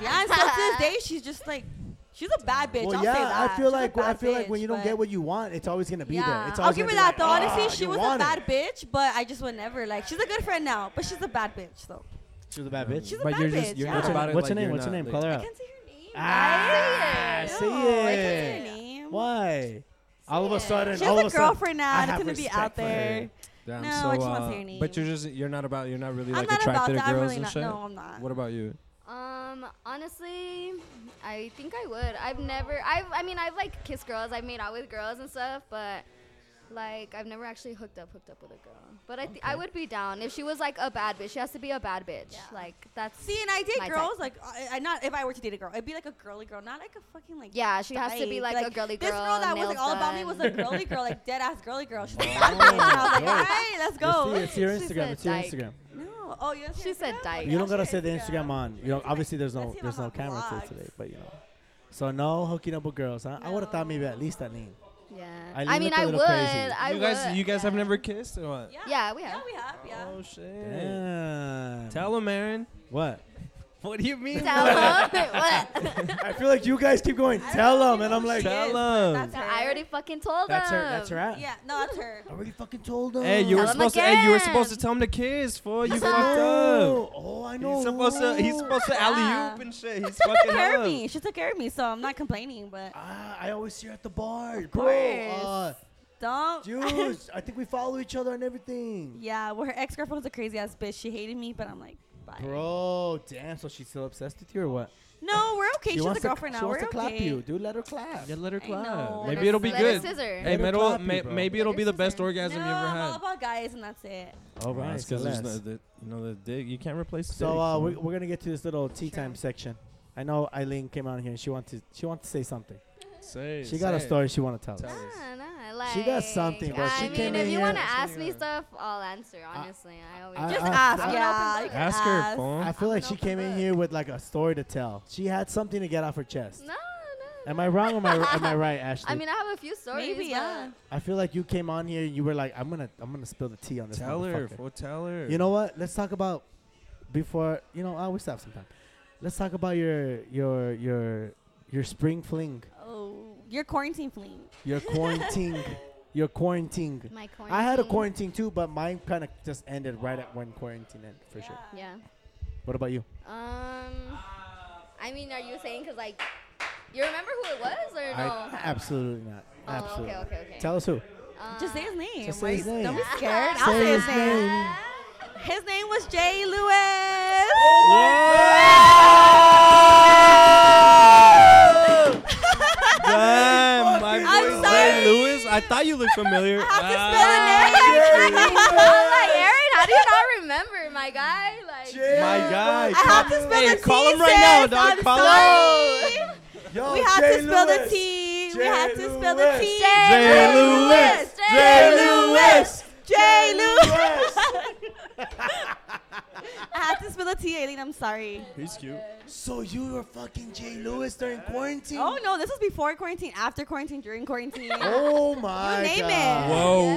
Yeah, and still to this day, she's just like, she's a bad bitch.
Well,
I'll say
yeah,
that.
I feel
She's a
like I
bad
feel like when
bitch,
you don't
but-
get what you want, it's always gonna be there. It's
I'll
always
give her
gonna
that
be
though.
like,
Honestly,
"Ah,
she
you
was a
want it."
bad bitch, but I just would never like. She's a good friend now, but she's a bad bitch though.
She was a bad bitch.
She's a
but
bad
you're
bitch,
just you're
yeah.
just about it.
What's her
like
name?
you're
What's her
not,
name?
like-
Call her
I
out.
can't say her name.
Ah,
No,
see
I can't
it.
say her name.
Why? All of a sudden,
She
all
has
of
a
sudden,
girlfriend now.
I
and
have
It's gonna be
respect
out
for
there.
her.
Damn,
No, I
so,
just wanna say
uh,
her name.
But you're just you're not about you're not really
I'm
like
not about
attracted
that.
to
I'm
girls
really
and
not.
shit.
No, I'm not.
What about you?
Um, honestly, I think I would. I've never. I've. I mean, I've like kissed girls. I've made out with girls and stuff, but like I've never actually hooked up, hooked up with a girl. But I, th- I would be down if she was like a bad bitch. She has to be a bad bitch. Like that's.
See, and I date
my type.
girls like I, I not if I were to date a girl, it'd be like a girly girl, not like a fucking like.
Yeah, she has to be,
dyke.
like, a girly
This girl
girl,
that was like
nails
all about me was a
done.
girly girl, like dead ass girly girl. She's like,
Oh,
"I'm a bitch." I was like,
good.
all right, let's go.
It's, your
She's
Instagram.
a
It's your
dyke.
Instagram.
No, oh yes.
She said dyke.
You don't gotta
to
say the Instagram on. You know, obviously there's no
Let's see
there's
my
no camera
vlogs.
today, but you know. So no hooking up with girls. Huh? I would have thought maybe at least that name.
Yeah.
I
I, mean,
look a
I would.
little crazy.
I
you guys
would.
you guys have never kissed or what?
Yeah, we
Yeah,
have.
we have. Yeah.
Oh shit.
Damn.
Tell him, Aaron.
what?
What do you mean?
Tell him. what?
I feel like you guys keep going. Tell them, and I'm like,
Tell him.
That's
I already fucking told
that's her.
him.
That's her. At.
Yeah, no, that's her.
I already fucking told them.
Hey, you were
Tell him
supposed to. Hey, you were supposed to
again.
tell him to kiss. Fool, you
You
fucked up.
Oh, I know.
He's supposed to. He's supposed to
Yeah.
alley oop and shit. He's
She
fucking
took care of
up.
me. She took care of me, so I'm not complaining. But
Ah, I always see her at the bar, bro.
course.
Uh,
don't.
dude, I think we follow each other and everything.
yeah, well, her ex girlfriend was a crazy ass bitch. She hated me, but I'm like, bye.
Bro, damn. So she's still obsessed with you or what?
No, we're okay.
She
She's a
wants to-
girlfriend
she
now. We're
wants
okay.
to clap you, dude. Let her clap.
Yeah, let her
I know.
clap.
Let
Maybe
her-
it'll be
Let her
good.
scissor.
Hey,
Let her
it'll,
clap you,
may,
bro.
maybe it'll
her
be the best
scissor.
orgasm
no,
you ever
I'm all
had.
about guys, and that's it.
All right,
That's
so,
'cause there's
let's-
no- the, you know the dick. You can't replace. the
so
dick,
uh,
fool.
we, we're gonna get to this little tea
Sure.
time section. I know Eileen came out here and she wants to she wants to say something.
Say,
She got a
say.
story she want to tell
Tell
us.
us.
Nah, nah, like,
She got something, bro.
I
She
mean,
came in
if you
here-
want to ask me
Yeah.
stuff, I'll answer. Honestly, I, always.
I-
Just
I-
ask.
I'm an
yeah,
open
you
book.
can
Ask her, fool.
I feel
I'm
like
an
she
open
came in
book.
here with like a story to tell. She had something to get off her chest.
no, no.
Am I wrong? Or am I am I right, Ashley?
I mean, I have a few stories.
Maybe,
but
yeah.
I feel like you came on here. You were like, I'm gonna I'm gonna spill the tea on this.
Tell her,
motherfucker."
fool. Tell her.
You know what? Let's talk about before you know. I always have some time. Let's talk about your your your your spring fling,
Oh, your quarantine fling.
your quarantine, your quarantine.
My quarantine.
I had a quarantine too, but mine kind of just ended right at when quarantine ended for sure.
Yeah.
What about you?
Um. I mean, are you saying because like, you remember who it was or no?
I absolutely not.
oh,
absolutely.
okay, Uh, okay, okay.
Tell us who.
Just say his name.
Just say his
like, Don't be
name.
scared. I'll say his
his
name.
name.
His name was Jay Lewis.
Damn, my
I'm
boy
sorry.
Ray Lewis. I thought you looked familiar.
I have to
Ah.
spell the name.
like, Aaron, how do you not remember, my guy? Like,
My guy.
I have to spell
hey,
the T.
call him right now,
sis.
dog.
I'm
call
sorry.
Yo,
We had
Oh, Jay
to spell the
Lewis.
T. We
Jay
had to spell the
Lewis.
T.
Jay Lewis. Jay Lewis.
Jay Lewis.
Yes.
I had to spell the T, Aileen. I'm sorry.
He's cute.
so you were fucking Jay Lewis during quarantine?
Oh no, this was before quarantine, after quarantine, during quarantine.
Oh my
You name
god.
it.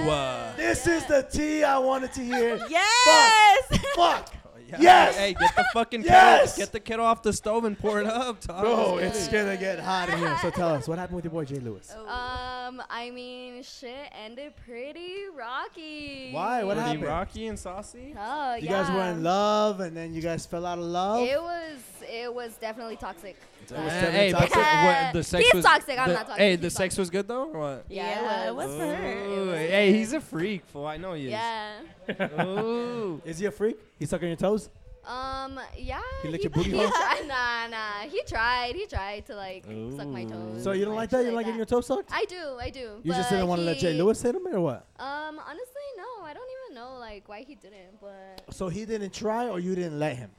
Whoa. Uh,
This is the tea I wanted to hear.
Yes.
Fuck.
yeah.
Yes.
Hey, get the fucking
Yes.
kettle, get the kettle off the stove and pour it up, dog.
Bro, it's gonna get hot in here. So tell us, what happened with your boy Jay Lewis?
Um, I mean, shit ended pretty rocky.
Why? What
Were they
happened?
Rocky and saucy.
Oh,
You
yeah.
guys were in love and then you guys fell out of love?
Oh.
It was, it was definitely toxic.
was
Man,
definitely
Uh, hey, but
toxic.
the- what, the sex
He's
was,
toxic, I'm
the-
not toxic,
Hey,
he's
the sex
toxic.
was good though, or what?
Yeah, it was for her.
Ooh, hey, he's a freak, fool. I know he is.
Yeah.
Ooh.
Is he a freak? He's sucking your toes?
Um. Yeah.
He licked your booty hole?
tried, Nah, nah. He tried. He tried to like suck my
Ooh.
toes.
So you don't
and
like
shit
that? You don't like getting your toes sucked?
I do. I do.
You just
but
didn't want to let Jay
he-
Lewis hit him or what?
Um. Honestly, no. I don't even know like why he didn't. But
So he didn't try or you didn't let him?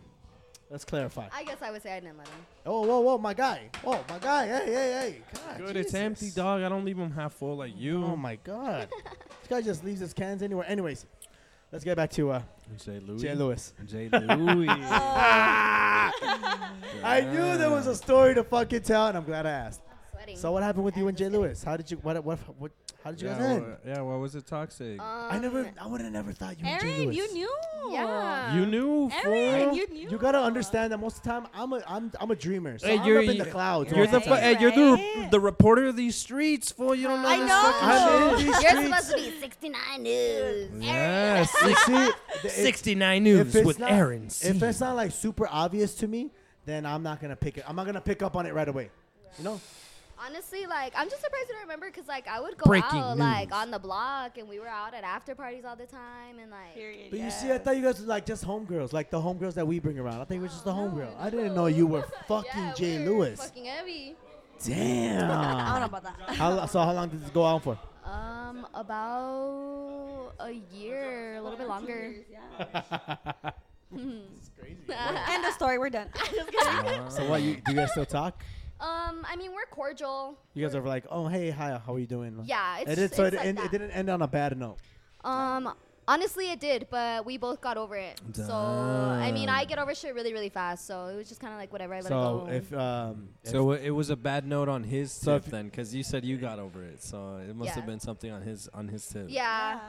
Let's clarify.
I guess I would say I didn't let him.
Oh, whoa, whoa, my guy. Oh, my guy. Hey, hey, hey. God,
Good, it's
Jesus.
empty, dog. I don't leave him half full like you.
Oh my god. this guy just leaves his cans anywhere. Anyways, let's get back to uh,
J. Louis.
Jay Lewis.
J. Louis.
Ah. I knew there was a story to fucking tell, and I'm glad I asked.
Sweating.
So what happened with you and Jay Lewis? How did you? What? What? what how did you
Yeah,
guys end?
well, yeah, well, was it toxic?
Uh, Um,
I never. I would have never thought you. and Jay
Aaron,
Lewis.
you knew.
Yeah.
you knew,
Aaron,
fool.
you knew.
You gotta understand that most of the time I'm a I'm I'm a dreamer. So
Hey,
I'm
you're-
up in the
you-
clouds.
You're
all
the
the
fu-
time.
hey, you're the
Right.
the reporter of these streets, fool. You don't know
I
this
know.
fucking
I'm in
shit.
these
You're supposed
streets.
to be 69 news.
Yeah,
You
six-
see, the- if-
69
if
News
it's
with
not-
Aaron. C.
If it's not like super obvious to me, then I'm not gonna pick it. I'm not gonna pick up on it right away. You know?
Honestly, like I'm just surprised you don't remember because like I would go
Breaking
out like
news.
on the block and we were out at after parties all the time and like.
Period,
But
yeah.
you see, I thought you guys were like just homegirls, like the homegirls that we bring around. I think it was just the homegirl. I didn't know you were fucking
yeah,
Jay
we were
Lewis.
Fucking heavy.
I don't know
Damn.
about that.
how, lo- so how long did this go on for?
Um, about a year, a little bit longer.
End of story. We're done.
So what? You, do you guys still talk?
Um, I mean, we're cordial.
You guys are like, oh hey, hi, how are you doing?
Yeah, it's-
it did, so
it's
it,
like
end, it
that.
didn't end on a bad note.
Um, honestly, it did, but we both got over it. So I mean, I get over shit really, really fast. So it was just kind of like whatever. I let
So
it go.
if um, if-
So uh, it was a bad note on his
So
tip
if-
then, because you said you got over it. So it must
Yeah.
have been something on his on his tip.
yeah.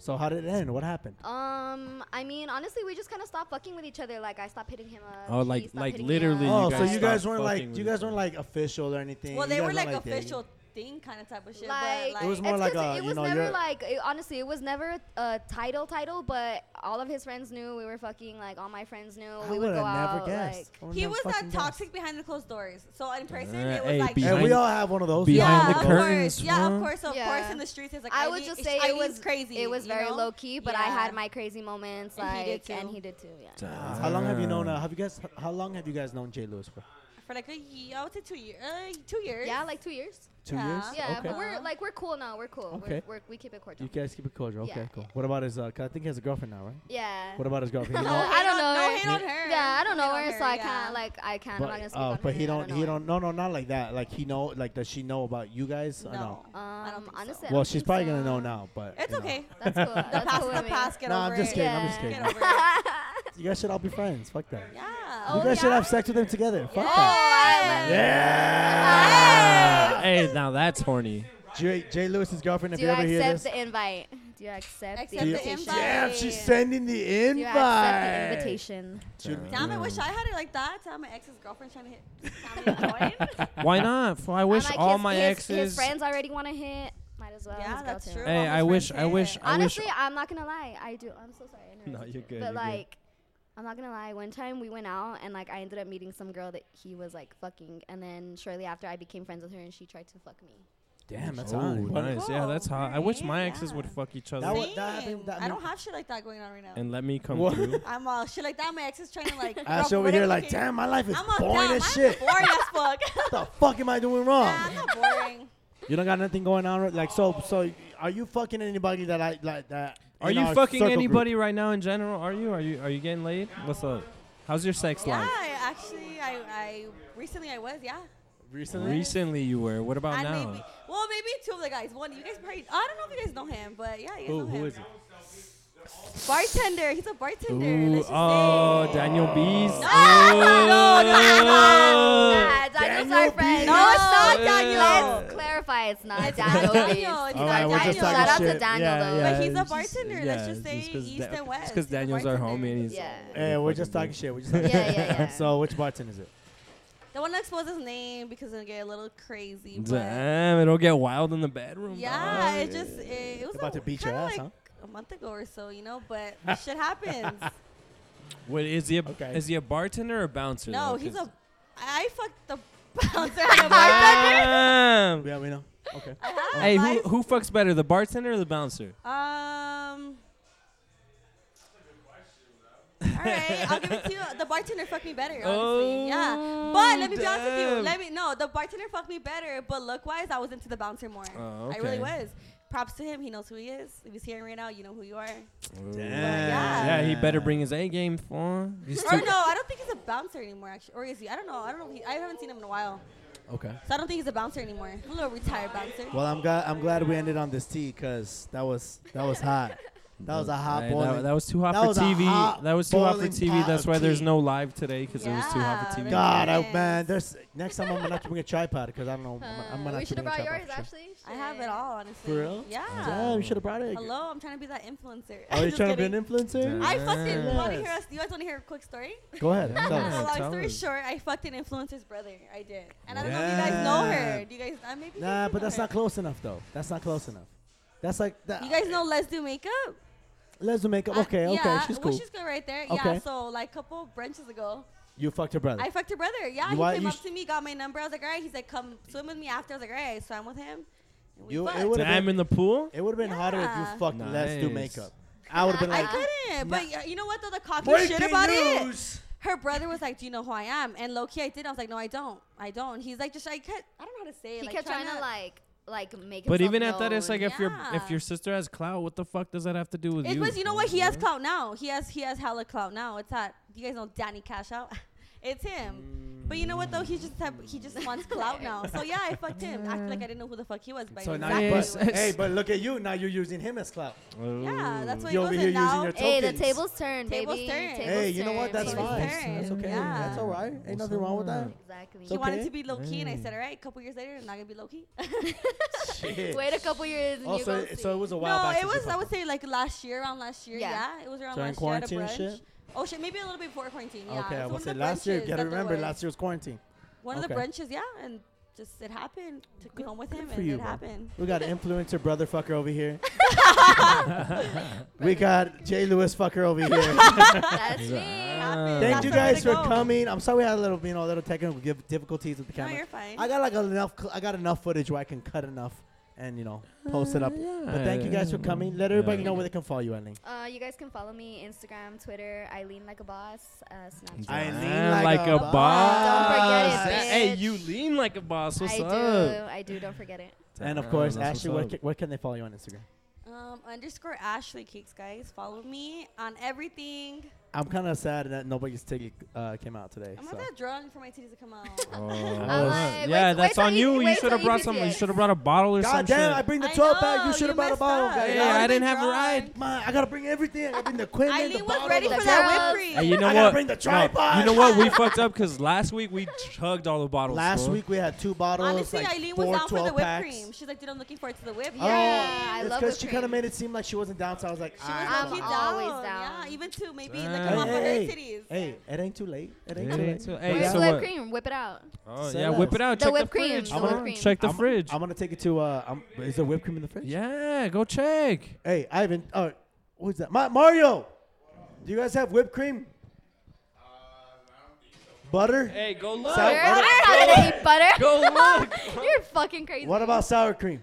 so how did it end? What happened?
Um, I mean, honestly, we just kind of stopped fucking with each other. Like, I stopped hitting him up.
Oh,
he
like-
stopped
like
hitting
literally
Me
you
up.
Oh, so
guys
you guys
stopped
weren't like
fucking
you
with
guys
each other.
weren't like official or anything.
Well,
You
they
guys
were like,
dating.
official thing kind of type of shit.
Like,
but,
It was
like-
more
it's
like
'cause
a,
it
you
was
know,
never
you're-
like it- honestly it was never a title title but all of his friends knew we were fucking like all my friends knew
I
we would
would've
go
never
out
guessed. I
like
would've
he
never
was that
fucking guessed.
toxic behind the closed doors. So in person,
Uh,
it was
hey,
like
be-
And we
Behind-
all have one of those.
behind
yeah,
the
of
curtains,
course. Yeah,
huh?
of course. Of
Yeah.
course, in the streets, it's like
I,
I
would
need-
just
sh-
say
I
it
need
was
crazy.
It was
you
very
know?
low key, but I had
Yeah.
my crazy moments.
And he
Like,
did
and
too.
he did too. Yeah.
Damn.
Ah. How long have you known? Uh, have you guys? How long have you guys known Jay Lewis for?
for like a year. I would say two years. Uh, two years.
Yeah, like two years.
Two
Yeah.
years.
Yeah,
Okay.
but we're like we're cool now. We're cool.
Okay.
We're, we're, we keep it cordial.
You guys keep it cordial.
Yeah,
Okay,
yeah.
cool. What about his? Uh, 'cause I think he has a girlfriend now, right?
yeah.
What about his girlfriend? He
No,
No,
don't-
I don't know
No
her.
hate on her.
yeah, I don't know
No hate
her,
on
so I
yeah.
can't like I can't. I'm not gonna
but,
speak
uh,
on
but
her,
he
I
don't.
know
He
her.
don't. No, no, not like that. Like he know. Like does she know about you guys? Or
No.
no.
I don't
Um,
think so.
honestly, I
Well,
don't
she's
think
probably
so.
gonna know now. But
It's
you know.
okay.
That's cool.
The
That's
past,
cool
the
with me.
past. Get
No,
over
I'm just
it.
kidding. I'm just
Get
kidding.
over it.
You guys should all be friends. Fuck that.
Yeah.
you
Oh,
guys should
yeah?
have sex with them together. Fuck that.
Oh, I
Yeah. Hey, now that's horny.
Jay, Jay Lewis's girlfriend. If
Ah! Do you
you ever hear
accept
this,
the invite? Do you accept,
Accept
the
the
invitation?
invite.
yeah, she's sending the invite.
Do you accept the invitation?
Should-
Damn, I wish I had it like that. Tell my ex's girlfriend trying to hit. Tell me a coin.
Why not? fool? I wish
I'm like,
all
his,
my
his,
exes.
His friends already want to hit. Might as well.
Yeah,
just go
that's
to
true.
him.
Hey,
All
I
my
wish,
friends
I
hit.
wish, I wish.
Honestly, I'm not gonna lie. I do. I'm so sorry. I
No,
interrupted
you're good,
But
you're good.
like, I'm not gonna lie. One time we went out and like I ended up meeting some girl that he was like fucking, and then shortly after I became friends with her and she tried to fuck me.
Damn, that's
oh,
hot.
nice. Yeah, that's hot. I wish my
Yeah.
exes would fuck each other
That wa- that-
Same.
that-
I don't have shit like that going on right now.
and let me come
What?
through.
I'm all shit like that. My ex is trying to like.
Ash
girl,
over here
whatever
like,
you can-
damn, my life is
I'm all
boring
dumb.
as
I'm
shit.
Boring as fuck.
what the fuck am I doing wrong?
nah, I'm not boring.
You don't got nothing going on, right? like so. So, are you fucking anybody that I like that?
Are
in
you
our
fucking
circle
anybody right now in general? Are you? Are you? Are you getting laid? What's up? How's your sex
Yeah,
life?
I actually, I, I recently I was, yeah.
group? recently?
Recently, you were. What about
and
now?
maybe, well, maybe two of the guys. One, you guys probably, I don't know if you guys know him, but yeah, you guys
Who,
know him.
who is it?
Bartender. He's a bartender.
Ooh,
Let's just
oh,
say.
Daniel B's.
No, no, no,
Oh.
Nah, Daniel's
Daniel
our friend.
B.
No, it's not Daniel.
Let's clarify it's not Daniel.
Daniel,
please.
it's
Not
not
Alright, we're just talking
Daniel.
Shout out
shit.
to Daniel
yeah,
though.
yeah,
But he's a
it's just-
bartender. Let's just
it's
say
'cause
east and west.
It's
He's
because
a
Daniel's our
bartender.
homie. And he's
Yeah.
Hey, we're just
fucking
talking shit. We're just talking
Yeah,
shit.
yeah, yeah.
So, which bartender is it?
The one that's supposed his name because it'll get a little crazy.
dude.
But
Damn, it'll get wild in the bedroom.
yeah,
dog.
it just it, it was
About
a,
to beat your
kinda
ass,
like
huh?
A month ago or so, you know, but shit happens.
Wait, is he a
Okay.
is he a bartender or bouncer?
no,
though?
he's
'Cause-
a. I fucked the bouncer and the bartender.
Damn.
Yeah, we know. Okay.
I have
Hey, who
life.
who fucks better, the bartender or the bouncer?
Um. All right, I'll give it to you. The bartender fucked me better, honestly.
Oh,
yeah, but let me be honest with you.
damn.
Let me no. The bartender fucked me better, but look wise, I was into the bouncer more.
Oh,
I really
okay.
was. Props to him. He knows who he is. If he's hearing right now, you know who you are.
Yeah,
Yeah.
he better bring his A game for. He's
Or
too-
no, I don't think he's a bouncer anymore. Actually, or is he? I don't know. I don't know. If he, I haven't seen him in a while,
Okay.
so I don't think he's a bouncer anymore. I'm a little retired bouncer.
Well, I'm glad. I'm glad we ended on this tea because that was that was hot. That was a hot
Hey,
boiling.
that, that was too hot
that was
for
a
TV.
hot
that was too hot for
boiling
TV.
pot
That's
of
why there's
tea.
no live today because it was too hot for
Yeah,
TV.
God, I,
Yes. Uh,
man, there's next time I'm gonna have to bring a tripod because I don't know. I'm, I'm gonna
we
have to
should have
bring a
brought
tripod.
yours,
for sure.
actually.
I have it all, honestly.
For real?
Yeah.
Damn, you should have brought it.
Hello, I'm trying to be that influencer.
Are you
Just
trying to be
kidding.
an influencer?
I fucking want to hear
Yes.
us. You guys want to hear a quick story?
Go ahead. tell
Yeah.
Uh,
us.
long
tell
story
us.
short, I fucked an influencer's brother. I did, and I don't know if you guys know her. Do you guys? Uh, maybe. you guys
Nah,
do
but
know
that's
her.
not close enough though. That's not close enough. That's like that.
You guys know Let's Do Makeup?
Let's do makeup.
I-
Okay, okay,
yeah,
she's
well,
cool.
she's good right there.
Okay.
Yeah. So like a couple brunches ago,
you fucked her brother.
I fucked her brother. Yeah,
You
he
wa-
came
you
up
sh-
to me, got my number. I was like, all right. He's like, come swim with me after. I was like, all right. I swam with him. and we
You- it
fucked.
would've
Damn, in the pool?
it would have been hotter if
Yeah.
you fucked. Let's do
Nice.
makeup. I would have been
I
like,
couldn't. But y- you know what though? The cocky shit
"Breaking
about it.
news!"
her brother was like, "Do you know who I am?" And low key, I did. I was like, "No, I don't. I don't." And he's like, "Just I kept, I don't know how to say it."
He
like,
kept trying to like, like make.
But
himself
even at that, it's
known.
like if your if
Yeah.
your sister has clout, what the fuck does that have to do with
It
you?
was. You know what? He has clout now. He has he has hella clout now. It's that you guys know Danny Cash out. it's him. But you know what though? He just have, he just wants clout now. So yeah, I fucked him. I feel like I didn't know who the fuck he was. But
So
I knew
now, you-
exactly
Yes.
who he
but, hey, but look at you. Now you're using him as clout.
Oh.
was. Yeah, that's what
You
he
over
goes
here
in
using
now.
your-
Hey, the
Tokens.
tables turn,
Tables
baby.
turn. Hey,
Hey, you know what?
turn,
That's
baby.
fine.
Fair.
That's okay.
Yeah.
That's all right. Ain't nothing wrong with that.
Exactly.
He
So-
wanted
okay. Mm.
to be low key, and I said, "All right." A couple years later, I'm not gonna be low key.
Shit.
Wait a couple years and you
Also,
go
it- so it was a while
no,
back.
it
since you
was. I
fucked
would say like last year, around last year.
Yeah.
Yeah, it was around
During
last year at a
quarantine and
brunch.
shit?
Oh shit, maybe a little bit before quarantine. Yeah.
Okay,
It
I
was
would say
one of the
last year.
brunches
Gotta
that there
remember,
was.
last year was quarantine.
One of the
Okay.
brunches, yeah, and just it happened. Took me home with him,
for
and
you,
it
bro.
happened.
We got influencer brother fucker over here. we got Jay Lewis fucker over here.
That's me.
Happened.
Thank
That's
you
the way
guys
to
for
go.
coming. I'm sorry we had a little, you know, a little technical gif- difficulties with the
No,
camera.
you're fine.
I got like enough. cl- I got enough footage where I can cut enough and you know post it up. But thank you guys for coming. Let everybody know where they can follow you, Eileen.
Uh, you guys can follow me Instagram, Twitter, Eileen like a boss, uh, Snapchat.
I lean
Damn,
like a
boss. Don't forget it,
Hey,
bitch.
you lean like a boss. What's
I do.
up?
I do. Don't forget it.
And of
Damn,
course,
that's what's
Ashley, where,
up.
ca- where can they follow you on Instagram?
Um, underscore Ashley Cakes, guys. Follow me on everything.
I'm kind of sad that nobody's ticket uh, came out today.
I'm
so.
not that drunk for my titties to come out.
Oh,
like, wait-
yeah,
wait
that's
till
on
you-
you. You
wait
should
till
have
you
brought
see
something.
it.
You should have brought a bottle or
God
something.
damn! I bring the 12 pack. You
know,
should have brought a
messed
bottle.
up.
guys.
Yeah, I
was
didn't have
drunk.
rides.
Man, I gotta bring everything. I bring the equipment. the
Eileen was
bottle,
ready
the
for
towel.
that
towels.
whipped
Hey,
cream.
you know
I gotta
what?
bring the
No,
tripod.
you know what? We fucked up because last week we chugged all the bottles.
Last
fool.
week we had two bottles.
Honestly,
like
Eileen
four
was down for the
12
whipped
packs.
cream. She's like, dude, I'm looking forward to the whip.
Oh,
Yeah, I
it's
love
because
whipped
she kind of
cream.
made it seem like she wasn't down, so I was like,
She was
ah.
I'm
low-key
always
down.
down.
Yeah, even to maybe
Damn.
like come off of her
Hey,
titties.
Hey, it ain't too late. It ain't
Yeah.
too late.
So- hey,
Where's
so
the whipped
what?
cream? Whip it out.
Oh,
Sell
yeah,
out.
whip it out.
The
check
whipped
the
cream,
fridge.
the
fool.
whipped cream.
Check the
I'm-
fridge.
I'm gonna take it to. Uh, I'm, is there whipped cream in the fridge?
yeah, go check.
Hey, Ivan. Uh, who's that? Ma- Mario. Do you guys have whipped cream? Butter?
Hey, go look.
Sour-
Girl, I don't know how to eat butter.
Go look.
You're fucking crazy.
Oh, What about sour cream?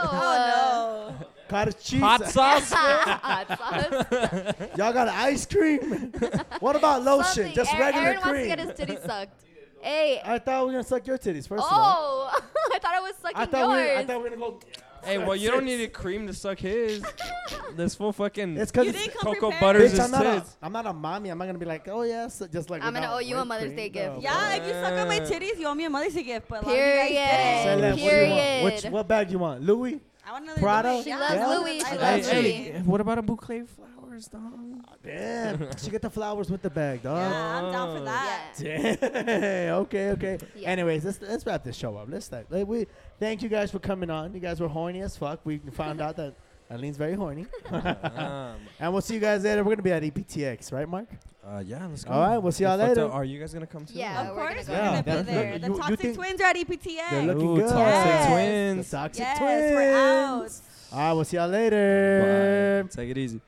Oh,
Cottage cheese?
Hot sauce.
Hot sauce.
Y'all got ice cream? what about lotion?
Something.
Just
Aaron-
regular
Aaron
cream.
wants to get his titty sucked. Hey.
I thought we were gonna suck your titties first of all.
Oh, I thought I was sucking
I thought we were, I
yours.
thought we were gonna go.
hey, well, you don't need a cream to suck his. This full fucking
It's cause
You
it's-
didn't come
cocoa
prepared.
butters
bitch,
his
I'm not, a,
tits.
I'm not a mommy. I'm not gonna be like, oh yes, just like.
I'm gonna
without
owe you a
whipped
Mother's
cream.
Day gift.
No.
Yeah, if you suck on my titties, you owe me a mother's Day gift. But a lot of you guys didn't.
Celeb, What,
Period.
do you want? Which,
Period.
what bag you want, Louis?
I want another
Prada?
Louis.
She
Yeah.
loves
I want
Louis. She
another- I
Hey,
loves
love
Louis.
hey, what about a bouquet of flowers, dog?
Damn, she get the flowers with the bag, dog.
Yeah, I'm
Oh.
down for that.
Yeah.
Damn. okay, okay.
Yeah.
Anyways, let's let's wrap this show up. Let's like, like, we thank you guys for coming on. You guys were horny as fuck. We found out that Eileen's very horny,
Um,
and we'll see you guys later. We're gonna be at E EPTX, right, Mark?
uh, yeah, let's go.
All right, we'll see y'all
Hey, fucked
later.
up. Are you guys gonna come too?
Yeah,
Of
we're gonna
course,
go.
we're gonna
Yeah,
be there.
that's-
The
you- you
Toxic
think-
Twins are at E
They're
EPTA.
looking
Ooh,
good.
Toxic
Yes.
Twins.
The toxic
Yes,
twins. Ah,
we're out.
All right, we'll see y'all later.
Bye. Take it easy.